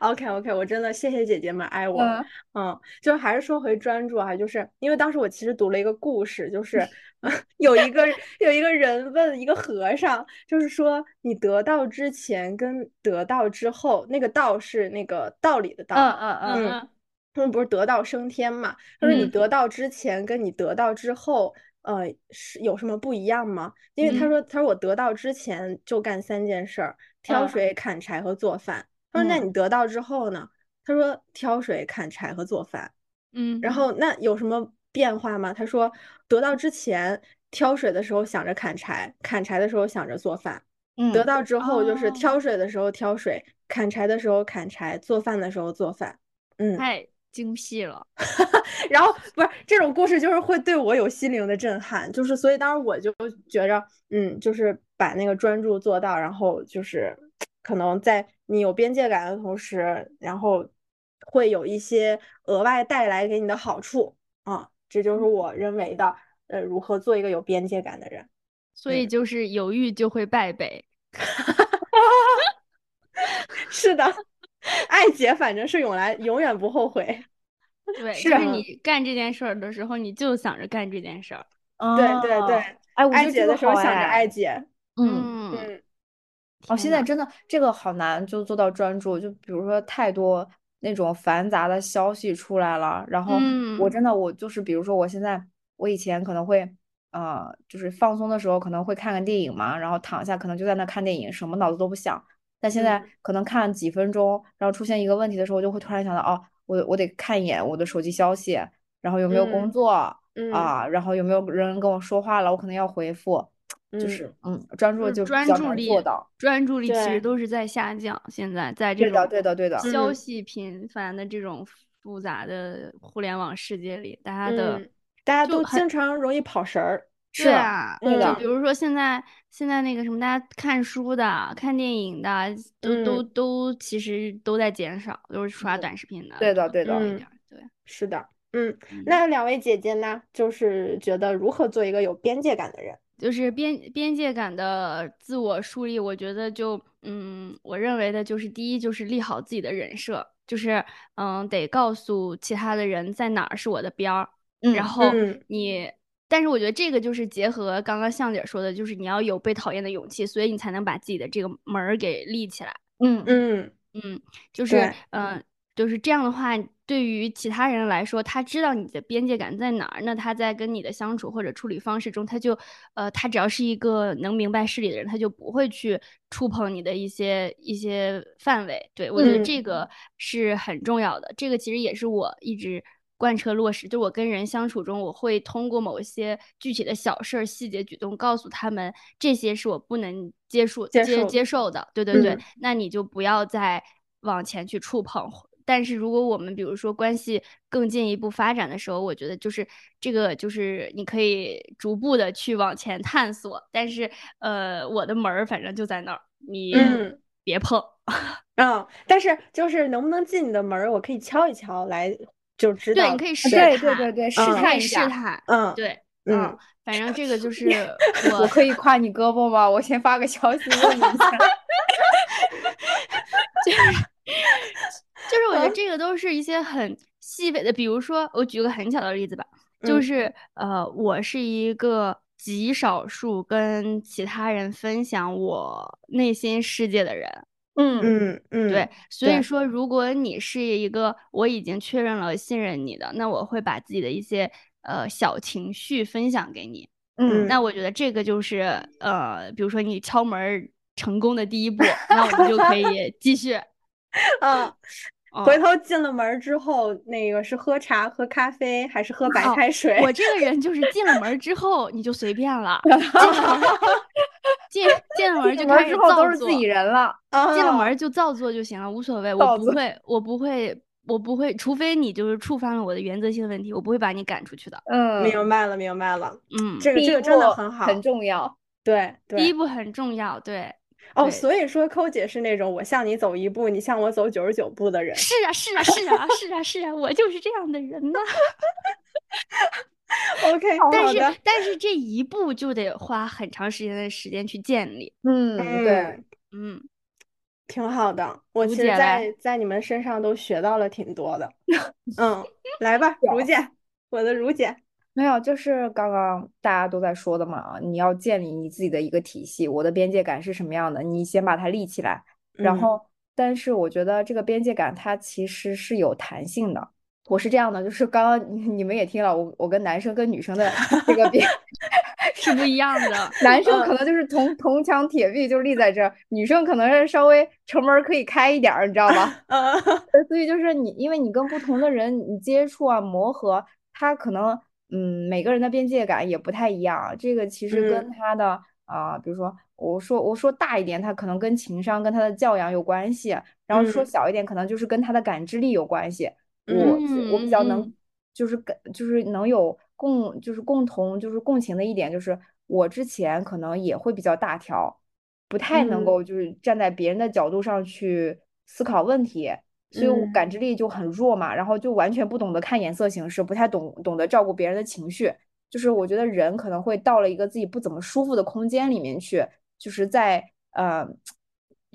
B: OK OK，我真的谢谢姐姐们爱我。
C: 嗯
B: 嗯，就是还是说回专注啊，就是因为当时我其实读了一个故事，
C: 嗯
B: 就是 有一个有一个人问一个和尚，就是说你得道之前跟得道之后，那个道是那个道理的道，
C: 嗯嗯嗯，
B: 嗯
A: 嗯
B: 他们不是得道升天嘛？他说你
C: 嗯
B: 得道之前跟你得道之后，呃，是有什么不一样吗？因为他
C: 嗯
B: 说，他说我得道之前就干三件事儿：挑
C: 嗯
B: 水、砍柴和做饭。他说那
C: 嗯
B: 你得道之后呢？他说挑水、砍柴和做饭。
A: 嗯，
B: 然后那有什么变化吗？他说得到之前挑水的时候想着砍柴，砍柴的时候想着做饭；得
C: 嗯
B: 到之后就是
A: 哦
B: 挑水的时候挑水，砍柴的时候砍柴，做饭的时候做饭。嗯，
A: 太精辟了。
B: 然后不是这种故事，就是会对我有心灵的震撼，就是所以当时我就觉着，嗯，就是把那个专注做到，然后就是可能在你有边界感的同时，然后会有一些额外带来给你的好处啊，这就是
C: 嗯
B: 我认为的，呃，如何做一个有边界感的人。
A: 所以
B: 嗯
A: 就是犹豫就会败北。
B: 是的，爱姐反正是永来永远不后悔。
A: 对，
C: 是
A: 就是
C: 啊
A: 你干这件事儿的时候，你就想着干这件事儿。
B: 对对对
C: 哦，哎，我觉
B: 爱
C: 得
B: 姐
C: 这个
B: 的时候
C: 好
B: 想着
C: 哎
B: 爱姐，
C: 嗯。
A: 嗯，
B: 嗯，
C: 哦，
A: 天
C: 现在
A: 呐
C: 真的这个好难，就做到专注。就比如说太多那种繁杂的消息出来了，然后我
A: 嗯
C: 真的我就是，比如说我现在我以前可能会，呃，就是放松的时候可能会看看电影嘛，然后躺下可能就在那看电影，什么脑子都不想。但现在
B: 嗯
C: 可能看几分钟，然后出现一个问题的时候，我就会突然想到，哦，我我得看一眼我的手机消息，然后有没有工
B: 嗯
C: 作
B: 嗯
C: 啊，然后有没有人跟我说话了，我可能要回复，就
B: 嗯
C: 是嗯，专注
A: 就是
C: 就比
A: 专
C: 较
A: 注
C: 难
A: 力
C: 做到。
A: 专注力其
B: 对
A: 实都是在下降。现在在这
C: 对的，
A: 种
C: 对的，对的，
A: 消
B: 嗯
A: 息频繁的这种复杂的互联网世界里，大家的
B: 嗯，大家
A: 就
B: 都
A: 很
B: 经常容易跑神儿。
C: 是
A: 对，啊，
C: 对
A: 就
C: 的
A: 比如说现在现在那个什么，大家看书的、看电影的，都都
B: 嗯
A: 都其实都在减少，都是刷
C: 嗯
A: 短视频的
C: 对的，
A: 多
C: 对的。
A: 一
B: 嗯
A: 点儿。对，
B: 是的，嗯，
A: 嗯
B: 那两位姐姐呢，就是觉得如何做一个有边界感的人？
A: 就是边边界感的自我树立，我觉得就嗯，我认为的就是第一就是立好自己的人设，就是嗯，得告诉其他的人在哪儿是我的边儿，然
C: 嗯
A: 后
B: 嗯
A: 你。但是我觉得这个就是结合刚刚向姐说的，就是你要有被讨厌的勇气，所以你才能把自己的这个门儿给立起来。
C: 嗯
B: 嗯
A: 嗯，就是
B: 对
A: 嗯、呃就是这样的话，对于其他人来说，他知道你的边界感在哪儿，那他在跟你的相处或者处理方式中，他就呃，他只要是一个能明白事理的人，他就不会去触碰你的一些一些范围。对我觉得
B: 嗯
A: 这个是很重要的，这个其实也是我一直。贯彻落实，就我跟人相处中，我会通过某一些具体的小事儿、细节、举动，告诉他们这些是我不能接触、
B: 接
A: 接
B: 受
A: 接受的。对对对，
B: 嗯
A: 那你就不要再往前去触碰。但是如果我们比如说关系更进一步发展的时候，我觉得就是这个就是你可以逐步的去往前探索，但是呃，我的门儿反正就在那儿，你
B: 嗯
A: 别碰。
B: 嗯，但是就是能不能进你的门儿，我可以敲一敲来就知
A: 对，
B: 道。
A: 你可以试探，
C: 对对对对，试
A: 你可
C: 探
A: 以
C: 一
A: 试
C: 下。
A: 探，
B: 嗯
A: 对，
B: 嗯
A: 嗯，反正这个就是
C: 我
A: 我
C: 可以挎你胳膊吗？我先发个消息问你一下。
A: 就是我觉
C: 嗯
A: 得这个都是一些很细微的，比如说我举个很小的例子吧，就
B: 嗯
A: 是呃，我是一个极少数跟其他人分享我内心世界的人，
C: 嗯
B: 嗯嗯，
A: 对，所以
C: 对
A: 说如果你是一个我已经确认了信任你的，那我会把自己的一些呃小情绪分享给你，
C: 嗯
A: 那我觉得这个就是呃，比如说你敲门儿成功的第一步，那我们就可以继 续。
B: 嗯，
A: 嗯
B: 回头进了门儿之后，那个是喝茶、喝咖啡还是喝白
A: 哦
B: 开水？
A: 我这个人就是进了门儿之后你就随便 了，进了门儿进进了门儿就
C: 进门
A: 开
C: 儿
A: 始
C: 之后
A: 造
C: 都是
A: 作
C: 自己人了。
A: 进了门
B: 哦
A: 儿就造作就行了，无所谓，
C: 造
A: 我不
C: 作
A: 会，我不会，我不会，除非你就是触犯了我的原则性的问题，我不会把你赶出去的。
C: 嗯，
B: 明白了，明白了，
A: 嗯，
B: 这个
C: 第
B: 这
C: 一
B: 个真的
C: 步
B: 很好，
C: 很重要。
B: 对对。
A: 第一步很重要，对，
B: 哦，
A: 对
B: 所以说抠姐是那种我向你走一步，你向我走九十九步的 人。
A: 是啊，是啊，是啊，是啊，是啊，我就是这样的人 呐、
B: OK，
C: 哦好
A: 但
B: 好
A: 是
B: 的，
A: 但是这一步就得花很长时间的时间去建立，
C: 嗯，对
B: 嗯，，
A: 嗯。
B: 挺好的。我
A: 如
B: 其实
A: 姐嘞
B: 在在你们身上都学到了挺多 的。嗯，来吧，如姐，我的如姐。
C: 没有，就是刚刚大家都在说的嘛，你要建立你自己的一个体系，我的边界感是什么样的，你先把它立起来。然
B: 嗯
C: 后，但是我觉得这个边界感它其实是有弹性的。我是这样的，就是刚刚你你们也听了，我我跟男生跟女生的这个边
A: 是不一样 的。
C: 男生可能就是铜铜墙铁壁就立在这儿，女生可能是稍微城门儿可以开一点儿，你知道吧？
B: 呃，
C: 呃所以就是你，因为你跟不同的人你接触啊磨合，他可能嗯每个人的边界感也不太一样，这个其实跟
B: 嗯
C: 他的啊、比如说我说我说大一点，他可能跟情商跟他的教养有关系，然后说
B: 嗯
C: 小一点，可能就是跟他的感知力有关系。我
B: 嗯
C: 我比较
A: 嗯嗯
C: 能
A: 嗯
C: 就是跟就是能有共就是共同就是共情的一点，就是我之前可能也会比较大条，不太能
B: 嗯
C: 够就是站在别人的角度上去思考问题，所以我
B: 嗯
C: 感知力就很弱嘛，然后就完全不懂得看颜色行事，不太懂懂得照顾别人的情绪。就是我觉得人可能会到了一个自己不怎么舒服的空间里面去，就是在呃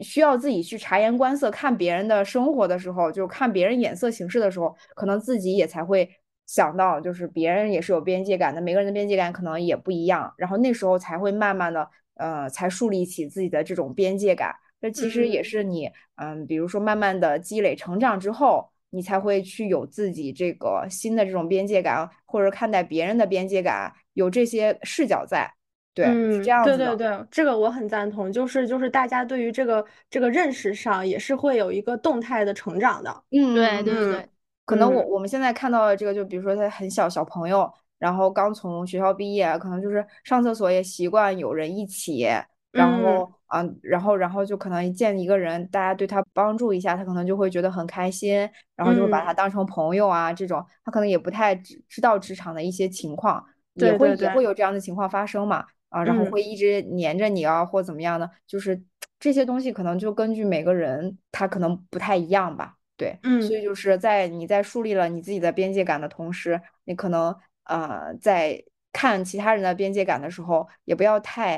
C: 需要自己去察言观色，看别人的生活的时候，就是看别人眼色行事的时候，可能自己也才会想到，就是别人也是有边界感的，每个人的边界感可能也不一样，然后那时候才会慢慢的呃才树立起自己的这种边界感。这其实也
B: 嗯
C: 是你嗯，比如说慢慢的积累成长之后，你才会去有自己这个新的这种边界感，或者看待别人的边界感，有这些视角在，对，是
B: 嗯，
C: 这样
B: 对
C: 子的。
B: 对对，这个我很赞同，就是就是大家对于这个这个认识上也是会有一个动态的成长的。
C: 嗯，
A: 对
C: 嗯
A: 对
C: 嗯
A: 对，
C: 可能我
B: 嗯
C: 我们现在看到的这个，就比如说他很小小朋友，然后刚从学校毕业，可能就是上厕所也习惯有人一起，然
B: 嗯
C: 后啊，然后然后就可能见一个人，大家对他帮助一下，他可能就会觉得很开心，然后就会把他
B: 嗯
C: 当成朋友啊，这种他可能也不太知知道职场的一些情况，也
B: 对
C: 会
B: 对
C: 也
B: 对
C: 会有这样的情况发生嘛，啊，然后
B: 嗯
C: 会一直黏着你啊，或怎么样的，就是这些东西可能就根据每个人他可能不太一样吧。对，
B: 嗯
C: 所以就是在你在树立了你自己的边界感的同时，你可能呃在看其他人的边界感的时候，也不要太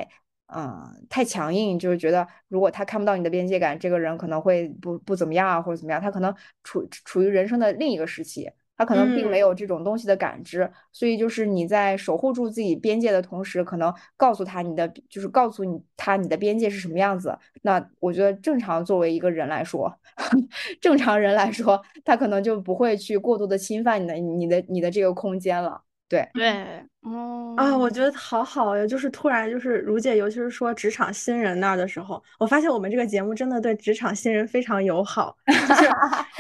C: 嗯、呃太强硬，就是觉得如果他看不到你的边界感，这个人可能会不不怎么样啊，或者怎么样，他可能处处于人生的另一个时期，他可能并
B: 嗯
C: 没有这种东西的感知，所以就是你在守护住自己边界的同时，可能告诉他你的，就是告诉你他你的边界是什么样子。那我觉得正常作为一个人来说， 正常人来说，他可能就不会去过度的侵犯你的你的你的这个空间了。对，
A: 对，哦
B: 啊，我觉得好好呀！就是突然，就是如姐，尤其是说职场新人那儿的时候，我发现我们这个节目真的对职场新人非常友 好，就是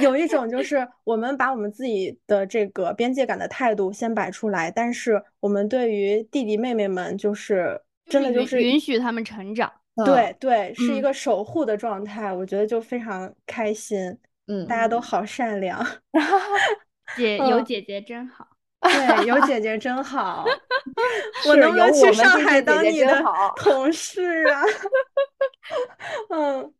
B: 有一种就是我们把我们自己的这个边界感的态度先摆出来，但是我们对于弟弟妹妹们，就是真的就
A: 允
B: 是
A: 允许他们成长。
C: 嗯，
B: 对对，是一
A: 嗯
B: 个守护的状态，我觉得就非常开心，
C: 嗯，
B: 大家都好善 良，
A: 姐有
B: 嗯
A: 姐姐真好，
B: 对，有姐姐真 好，我
C: 是
B: 能不
C: 有
B: 能
C: 我
B: 去
C: 们
B: 上
C: 这些
B: 海
C: 姐
B: 当
C: 姐
B: 你
C: 真
B: 的
C: 好
B: 同事啊？ 嗯，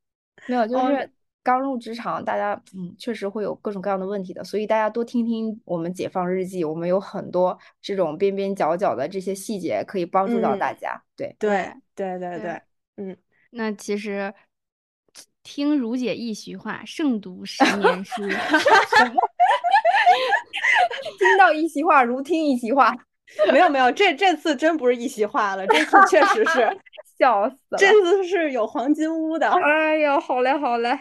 C: 没有，就
B: 哦
C: 是刚入职场，大家嗯确实会有各种各样的问题的，所以大家多听听我们解放日记，我们有很多这种边边角角的这些细节可以帮助到大
B: 嗯
C: 家。对，
B: 对对对
A: 对
B: 对，嗯，
A: 那其实听如姐一席话，胜读十年书。
C: 听到一席话如听一席话，
B: 没有没有，这这次真不是一席话了，这次确实是，
C: 笑死了。
B: 这次是有黄金屋的，
C: 哎呀，好嘞好嘞，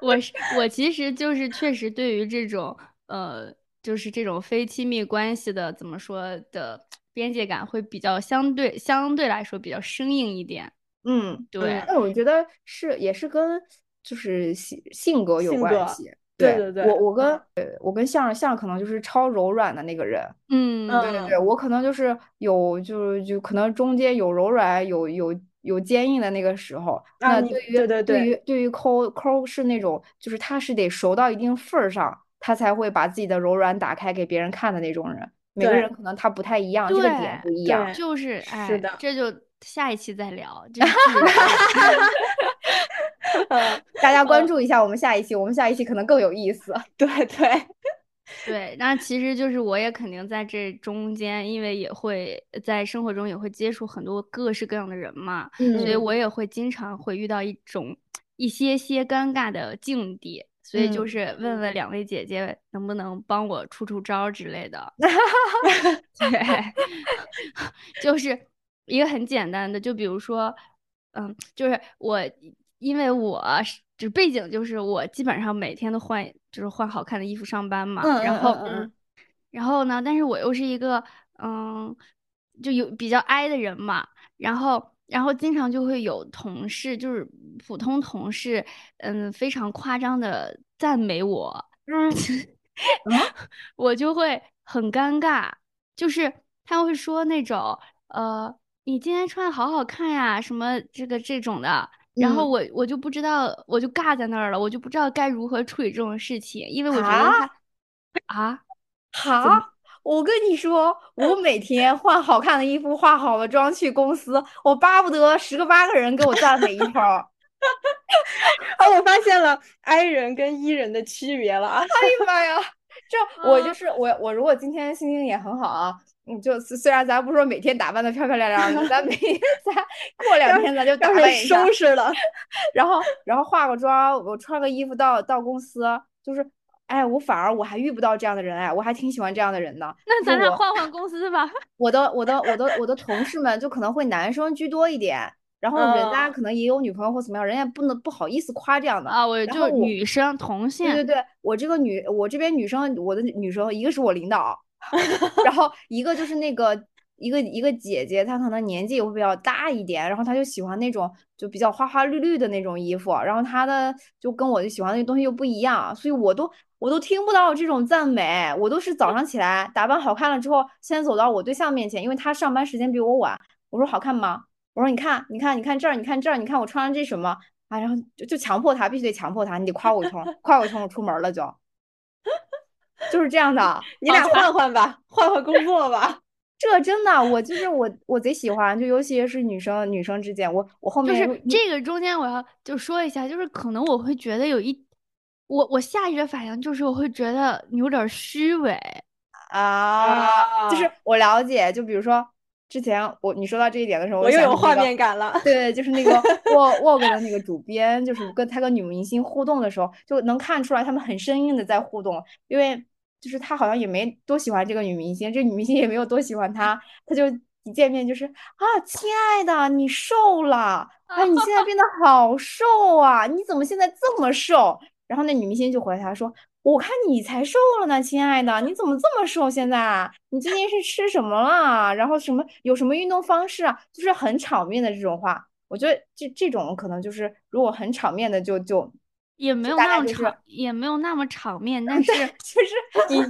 A: 我是我其实就是确实对于这种呃，就是这种非亲密关系的怎么说的边界感会比较相对相对来说比较生硬一点。
C: 嗯，
A: 对，
C: 那我觉得是也是跟就是性性格有
B: 性
C: 关
B: 格
C: 系。
B: 对
C: 对
B: 对对嗯
C: 我我跟呃我跟向向可能就是超柔软的那个人。
A: 嗯，
B: 嗯
C: 对对对，我可能就是有，就是就可能中间有柔软，有有有坚硬的那个时候。那
B: 啊你
C: 对于
A: 呃
B: 对对对
C: 于对于抠抠是那种，就是他是得熟到一定份儿上，他才会把自己的柔软打开给别人看的那种人。每个
B: 对
C: 人可能他不太一样，这个点
A: 对
C: 不一样。
B: 对
A: 就是
B: 是
A: 哎，
B: 的
A: 这就下一期再聊。这是
B: 嗯，
C: 大家
A: 呃
C: 关注一下我们下一期，我们下一期可能更有意思。
B: 对对，
A: 对，那其实就是我也肯定在这中间，因为也会在生活中也会接触很多各式各样的人嘛，所以
B: 嗯
A: 我也会经常会遇到一种一些些尴尬的境地，所以就
C: 嗯
A: 是问问两位姐姐能不能帮我出出招儿之类 的。对， 就是一个很简单的，就比如说，嗯，就是我，因为我是就背景就是我基本上每天都换，就是换好看的衣服上班嘛，
C: 嗯
A: 然
C: 嗯
A: 后。
C: 嗯
B: 嗯
A: 然后呢，但是我又是一个嗯，就有比较 I 的人嘛，然后然后经常就会有同事，就是普通同事，嗯，非常夸张的赞美我，
C: 嗯，
A: 我就会很尴尬，就是他会说那种呃，你今天穿的好好看呀，什么这个这种的。然后
C: 嗯
A: 我我就不知道，我就尬在那儿了，我就不知道该如何处理这种事情，因为嗯我觉得
C: 啊
A: 他啊，
C: 好，我跟你说，我每天换好看的衣服，化好了妆去公司，我巴不得十个八个人给我赞美一圈儿。
B: 哦，我发现了 I 人跟 E 人的区别了啊，
C: 哎呀妈呀！ 这我就
B: 嗯
A: 啊
C: 是我，我如果今天心情也很好啊，你就虽虽然咱不说每天打扮的漂漂亮亮的，咱每天咱过两
B: 要
C: 天咱就打
B: 要
C: 扮
B: 是
C: 一下，
B: 收拾了，
C: 然后然后化个妆，我穿个衣服到到公司，就是哎，我反而我还遇不到这样的人哎，我还挺喜欢这样的人的。
A: 那
C: 就是
A: 咱俩
C: 我
A: 换换公司吧。
C: 我的我的我的我的同事们就可能会男生居多一点，然后人家
B: 嗯
C: 可能也有女朋友或怎么样，人家不能不好意思夸这样 的。
A: 啊，我
C: 然
A: 就
C: 后我
A: 女生同性，
C: 对对对，我这个女我这边女生，我的女生一个是我领导，然后一个就是那个一个一个姐姐，她可能年纪也会比较大一点，然后她就喜欢那种就比较花花绿绿的那种衣服，然后她的就跟我就喜欢的东西又不一样，所以我都。我都听不到这种赞美，我都是早上起来打扮好看了之后，先走到我对象面前，因为他上班时间比我晚。我说好看吗？我说你看，你看，你看这儿，你看这儿，你看我穿的这什么？啊，然后就就强迫他，必须得强迫他，你得夸我一通，夸我一通，我出门了就，就是这样的。
B: 你俩换换吧，换换工作吧，
C: 这真的，我就是我，我贼喜欢，就尤其是女生女生之间，我我后
A: 就
C: 面
A: 是这个中间我要就说一下，就是可能我会觉得有一，我我下意识反应就是我会觉得你有点儿虚伪，
C: 啊，就是我了解，就比如说之前我你说到这一点的时候，
B: 我又
C: 想
B: 有
C: 起
B: 画
C: 那个
B: 面感了。
C: 对，就是 那个 Vogue Vogue 的那个主编，就是跟他跟女明星互动的时候，就能看出来他们很生硬的在互动，因为就是他好像也没多喜欢这个女明星，这个女明星也没有多喜欢他，他就一见面就是啊，亲爱的，你瘦了，啊，你现在变得好瘦啊，你怎么现在这么瘦？然后那女明星就回他说。我看你才瘦了呢，亲爱的，你怎么这么瘦？现在啊你最近是吃什么了？然后什么有什么运动方式啊？就是很场面的这种话，我觉得这这种可能就是如果很场面的就就
A: 也没有
C: 就大
A: 那
C: 概
A: 么
C: 就是
A: 场，也没有那么场面，但是
C: 就是你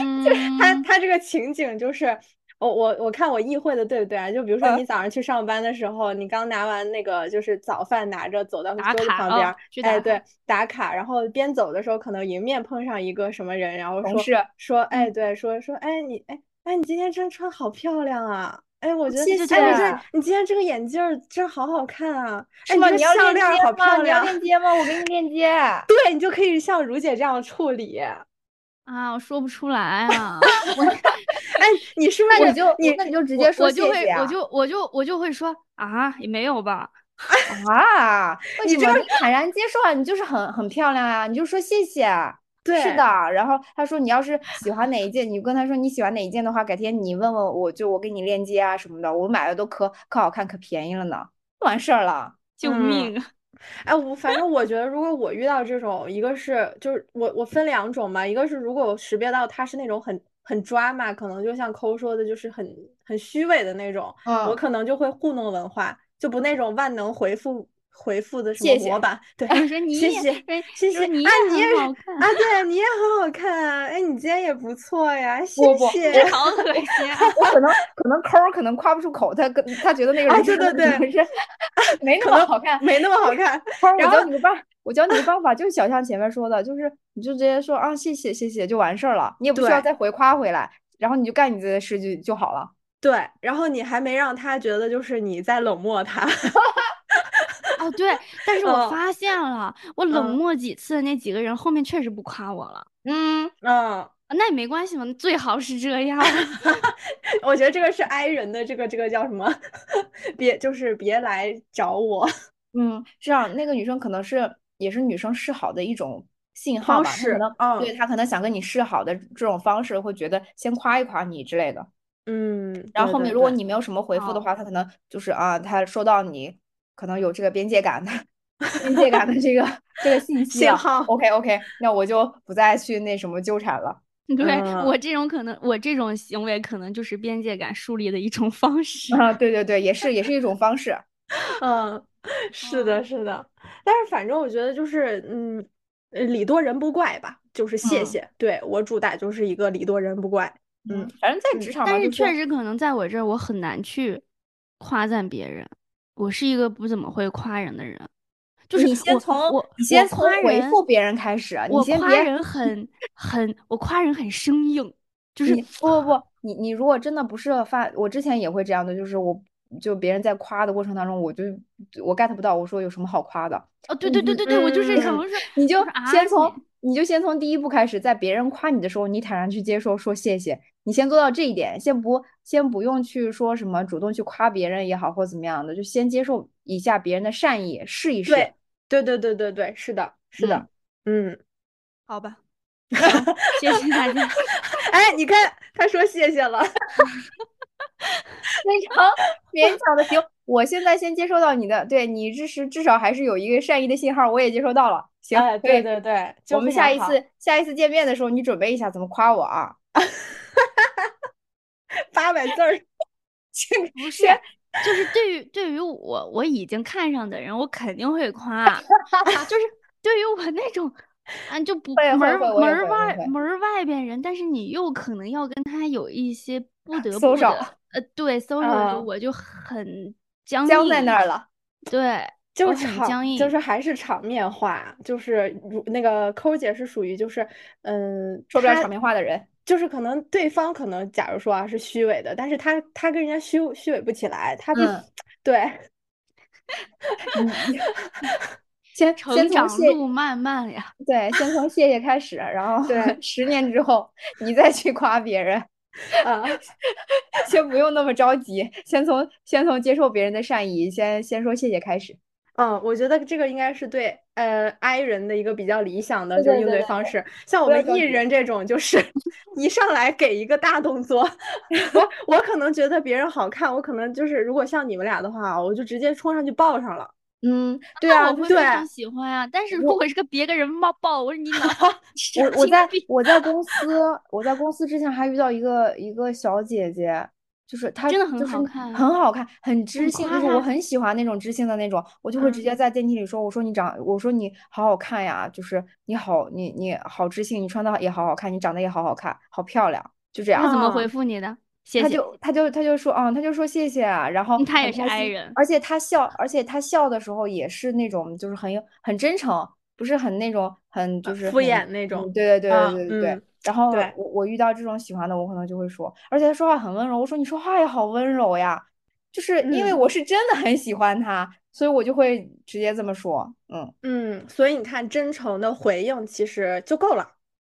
A: 嗯，
B: 他他这个情景就是，我我我看我意会的对不对啊？就比如说
C: 嗯
B: 你早上去上班的时候，你刚拿完那个就是早饭，拿着走到
A: 打
B: 桌子
A: 卡
B: 旁
A: 哦
B: 边儿，
A: 去
B: 哎
A: 打
B: 对，打卡，然后边走的时候可能迎面碰上一个什么人，然后
C: 同
B: 说
C: 事
B: 说
C: 嗯
B: 哎对，说说哎你哎哎你今天真穿好漂亮啊。哎，我觉得，
C: 哦谢
B: 哎，我
C: 谢
B: 这你今天这个眼镜儿真好好看啊！哎，
C: 是吗？
B: 这
C: 你
B: 个
C: 要
B: 项链
C: 链
B: 儿
C: 接
B: 好
C: 吗？
B: 漂
C: 你要
B: 亮。
C: 链接吗？我给你链接。
B: 对，你就可以像如姐这样处理。
A: 啊，我说不出来啊，我
B: 哎，你是不
C: 那
B: 是
C: 你就
B: 你
C: 那你就 直
A: 我
C: 接说
A: 我就
C: 谢
A: 会
C: 谢
A: 我
C: 啊嗯
A: 就我就我就会说啊，也没有吧，
C: 啊？ 为
B: 你
C: 什
B: 这
C: 么
B: 个
C: 你坦然接受啊？你就是很很漂亮啊，你就说谢谢啊。
B: 对
C: 是的，然后他说你要是喜欢哪一件，你就跟他说你喜欢哪一件的话，改天你问问我就我给你链接啊什么的，我买的都可可好看可便宜了呢，完事儿了。
A: 救
B: 嗯
A: 命！
B: 哎，我反正我觉得，如果我遇到这种，一个是就是我我分两种嘛，一个是如果我识别到他是那种很很 drama，可能就像抠说的，就是很很虚伪的那种，我
C: 嗯，
B: 可能就会糊弄文化，就不那种万能回复回复的什
C: 谢
B: 么
C: 谢
B: 模板，对，
A: 我说你
B: 谢
A: 也
B: 谢
A: 说
B: 谢
A: 说
B: 谢
A: 你
B: 啊，
A: 也
B: 你也
A: 很
B: 是
A: 好看
B: 啊，对，你也很好看啊，哎，你今天也不错呀，谢
C: 不不
B: 谢。
A: 这好恶心啊！
C: 我可能可能抠儿可能夸不出口，他跟他觉得那个
B: 啊
C: 人
B: 对
C: 真的
B: 对
C: 可能是没那
B: 可
C: 么
B: 能
C: 好看，
B: 没那么好看，
C: 不是，我
B: 然
C: 教
B: 后
C: 你个办，我教你个办法，就是小象前面说的，就是你就直接说啊，谢谢谢谢就完事儿了，你也不需要
B: 对
C: 再回夸回来，然后你就干你自己的事就就好了。
B: 对，然后你还没让他觉得就是你在冷漠他，
A: 哦，对，但是我
B: 嗯
A: 发现了，我冷
B: 嗯
A: 漠几次的那几个人后面确实不夸我了，
C: 嗯，
B: 嗯。
A: 啊那也没关系嘛，最好是这样。
B: 我觉得这个是 i 人的这个这个叫什么？ 别就是别来找我。
C: 嗯，这样那个女生可能是也是女生示好的一种信号
B: 方
C: 吧，她
B: 式
C: 可能对
B: 嗯
C: 她可能想跟你示好的这种方式，会觉得先夸一夸你之类的。
B: 嗯，
C: 然
B: 对
C: 后后
B: 对
C: 面如果
B: 对嗯
C: 你没有什么回复的
A: 哦
C: 话，他可能就是啊，他收到你可能有这个边界感的 边界感的这个这个信息
B: 信
C: 了
B: 号
C: OK OK，那我就不再去那什么纠缠了。
A: 对
B: 嗯
A: 我这种可能，我这种行为可能就是边界感树立的一种方式。
C: 啊，对对对，也是也是一种方式。
B: 嗯， 是的，
A: 哦
B: 是的。但是反正我觉得就是嗯，呃礼多人不怪吧，就是谢
C: 嗯
B: 谢。对我主打就是一个礼多人不怪。嗯，
C: 反正在
B: 嗯
C: 职场嘛，
A: 但是
C: 就
A: 确实可能在我这儿，我很难去夸赞别人。我是一个不怎么会夸人的人，就是
C: 你先
A: 我
C: 从
A: 我
C: 你先
A: 我
C: 从
A: 夸
C: 回
A: 人
C: 复别人开始啊，你
A: 我
C: 先
A: 夸
C: 别
A: 人很很，我夸人很生硬，就是
C: 你不不不，你你如果真的不是发，我之前也会这样的，就是我就别人在夸的过程当中，我就我 get 不到，我说有什么好夸的。
A: 哦，对对对
C: 嗯
A: 对对，我就是这种，
B: 嗯
A: 我说
C: 你就
A: 我说啊
C: 先从
A: 你
C: 你就先从第一步开始，在别人夸你的时候，你坦然去接受，说谢谢。你先做到这一点，先不先不用去说什么主动去夸别人也好，或怎么样的，就先接受一下别人的善意，试一试。
B: 对，对对对对对，是的，是的。嗯，
A: 好 吧，谢谢大家。
B: 哎，你看他说谢谢了。
C: 非常勉强 的行。我现在先接收到你的，对你至是至少还是有一个善意的信号，我也接收到了。行，
A: 啊
B: 哎，对
C: 可以
B: 对对，就
C: 我们
B: 非
C: 下
B: 常
C: 一
B: 好
C: 次下一次见面的时候，你准备一下怎么夸我啊？
B: 八百字儿。
A: 不是，就是对于对于我我已经看上的人，我肯定会夸， 就是对于我那种，啊就不
C: 会会
A: 门儿
C: 会我
A: 门
C: 也
A: 儿
C: 会我也
A: 外
C: 会
A: 门儿外边人，但是你又可能要跟他有一些
C: 啊
A: 不得不
C: social
A: 的，呃，对，social 就
B: 嗯
A: 我就很僵
C: 啊僵在
A: 硬
C: 那儿了。
A: 对，
B: 就
A: 我
B: 是
A: 很
B: 场，
A: 僵硬
B: 就是还是场面话，就是如那个抠姐是属于就是，嗯，
C: 说不了
B: 她
C: 场面话的人，
B: 就是可能对方可能假如说啊是虚伪的，但是他他跟人家虚虚伪不起来，他不
C: 嗯
B: 对，
C: 先
A: 成
C: 先从
A: 长
C: 谢
A: 路漫漫呀。
C: 对，先从谢谢开开始，然后
B: 对
C: 十年之后你再去夸别人。
B: 啊，
C: 先不用那么着急，先从先从接受别人的善意，先先说谢谢开始。
B: 嗯，我觉得这个应该是对呃 I 人的一个比较理想的
C: 对
B: 就
C: 对
B: 是应
C: 对
B: 对
C: 对
B: 方式。像我
C: 不要
B: 们
C: 着
B: E
C: 急
B: 人这种，就是一上来给一个大动作，我我可能觉得别人好看，我可能就是如果像你们俩的话，我就直接冲上去抱上了。
C: 嗯，对
A: 那
C: 啊，
A: 我会
B: 对
A: 非常喜欢啊。但是如
C: 我
A: 果是个别个人冒爆，我说你哪神
C: 我我
A: 经
C: 在
A: 病
C: 我在公司，我在公司之前还遇到一个一个小姐姐，就是她
A: 真的很
C: 就是
A: 好看
C: 很好看，很知
A: 很
C: 性，
A: 夸嗯
C: 就是我
A: 她
C: 很喜欢那种知性的那种，我就会直接在电梯里说，我说你长，我说你好好看呀，就是你好，你你好知性，你穿的也好好看，你长得也好好看，好漂亮，就这样。
A: 他怎么
B: 啊
A: 回复你的？谢
C: 他
A: 谢。
C: 就他就他就说，嗯，他就说谢谢啊，然后
A: 嗯他
C: 很
A: 也是
C: 开
A: I
C: 心
A: 人
C: 而且他笑，而且他笑的时候也是那种，就是很有很真诚，不是很那种很就
B: 呃
C: 是
B: 敷
C: 很
B: 衍那种
C: 嗯对对
B: 啊
C: 对对对对。
B: 嗯
C: 然后
B: 对
C: 我我遇到这种喜欢的，我可能就会说，而且他说话很温柔，我说你说话也好温柔呀，就是因为
B: 嗯
C: 我是真的很喜欢他，所以我就会直接这么说，嗯，
B: 嗯，所以你看，真诚的回应其实就够了。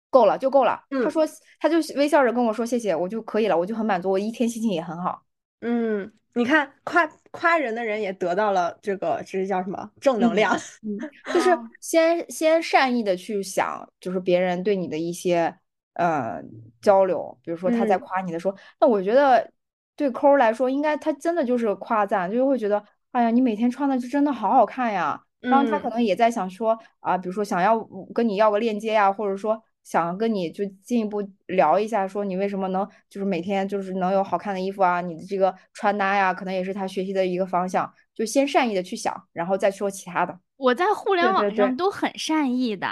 C: 够了就够了。他
B: 嗯
C: 说他就微笑着跟我说谢谢，我就可以了，我就很满足，我一天心情也很好。
B: 嗯，你看，夸夸人的人也得到了这个，这是叫什么正能
C: 嗯
B: 量？
C: 嗯，就是
A: 哦
C: 先先善意的去想，就是别人对你的一些呃交流，比如说他在
B: 嗯
C: 夸你的时候，那我觉得对抠儿来说，应该他真的就是夸赞，就会觉得，哎呀，你每天穿的就真的好好看呀。然后他
B: 嗯
C: 可能也在想说啊，比如说想要跟你要个链接呀，或者说想跟你就进一步聊一下，说你为什么能就是每天就是能有好看的衣服啊，你的这个穿搭呀，可能也是他学习的一个方向。就先善意的去想，然后再说其他的。
A: 我在互联
C: 对
A: 网
C: 对对
A: 上都很善意的，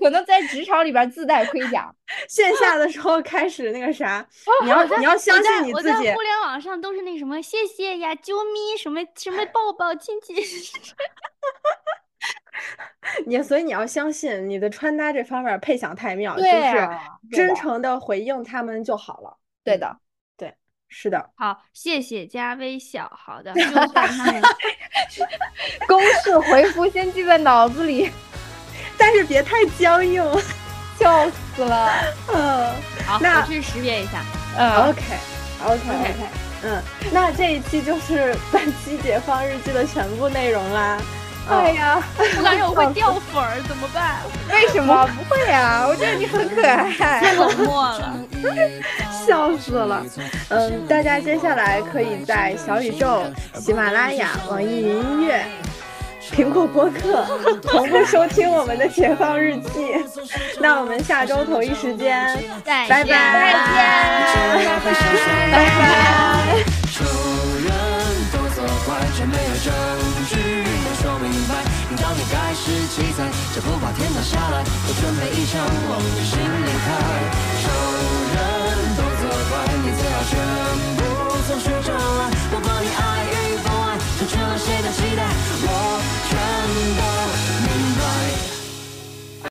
C: 可能在职场里边自带盔 甲。
B: 线下的时候开始那个啥， 你要你要相
A: 我在
B: 信你
A: 我
B: 自
A: 在
B: 己
A: 互。联网上都是那什么，谢谢呀，啾咪， 什么什么抱抱亲亲，
B: 你所以你要相信你的穿搭这方面儿配享太妙，就
C: 对
B: 是
C: 啊对
B: 真
C: 的
B: 诚的回应他们就好了。
C: 对的，
B: 是的，
A: 好，谢谢加微笑，好 的，就算
C: 啊
A: 他们
C: 公式回复先记在脑子里，
B: 但是别太僵硬。
C: 笑死了。
B: 嗯
A: 好，
B: 那
A: 我去识别 一下，
C: 嗯，
B: ，OK OK OK，嗯，那这一期就是本期《解放日记》的全部内容啦。
C: 哎
B: 嗯，
C: 呀，
A: 我感觉我会掉粉儿，怎么办？
C: 为什么不会啊？我觉得你很可
A: 太
C: 爱。
A: 冷漠了。
B: 笑死了。嗯，大家接下来可以在小宇宙、喜马拉雅、网易云音乐、苹果播客同步收听我们的《解放日记》。那我们下周同一时间，
A: 再
B: 拜拜，
A: 见再
B: 拜拜，拜拜。
D: 仇人都责怪，却没有证据能说明白。让你盖世奇才，这不怕天塌下来，我准备一枪往你心里开。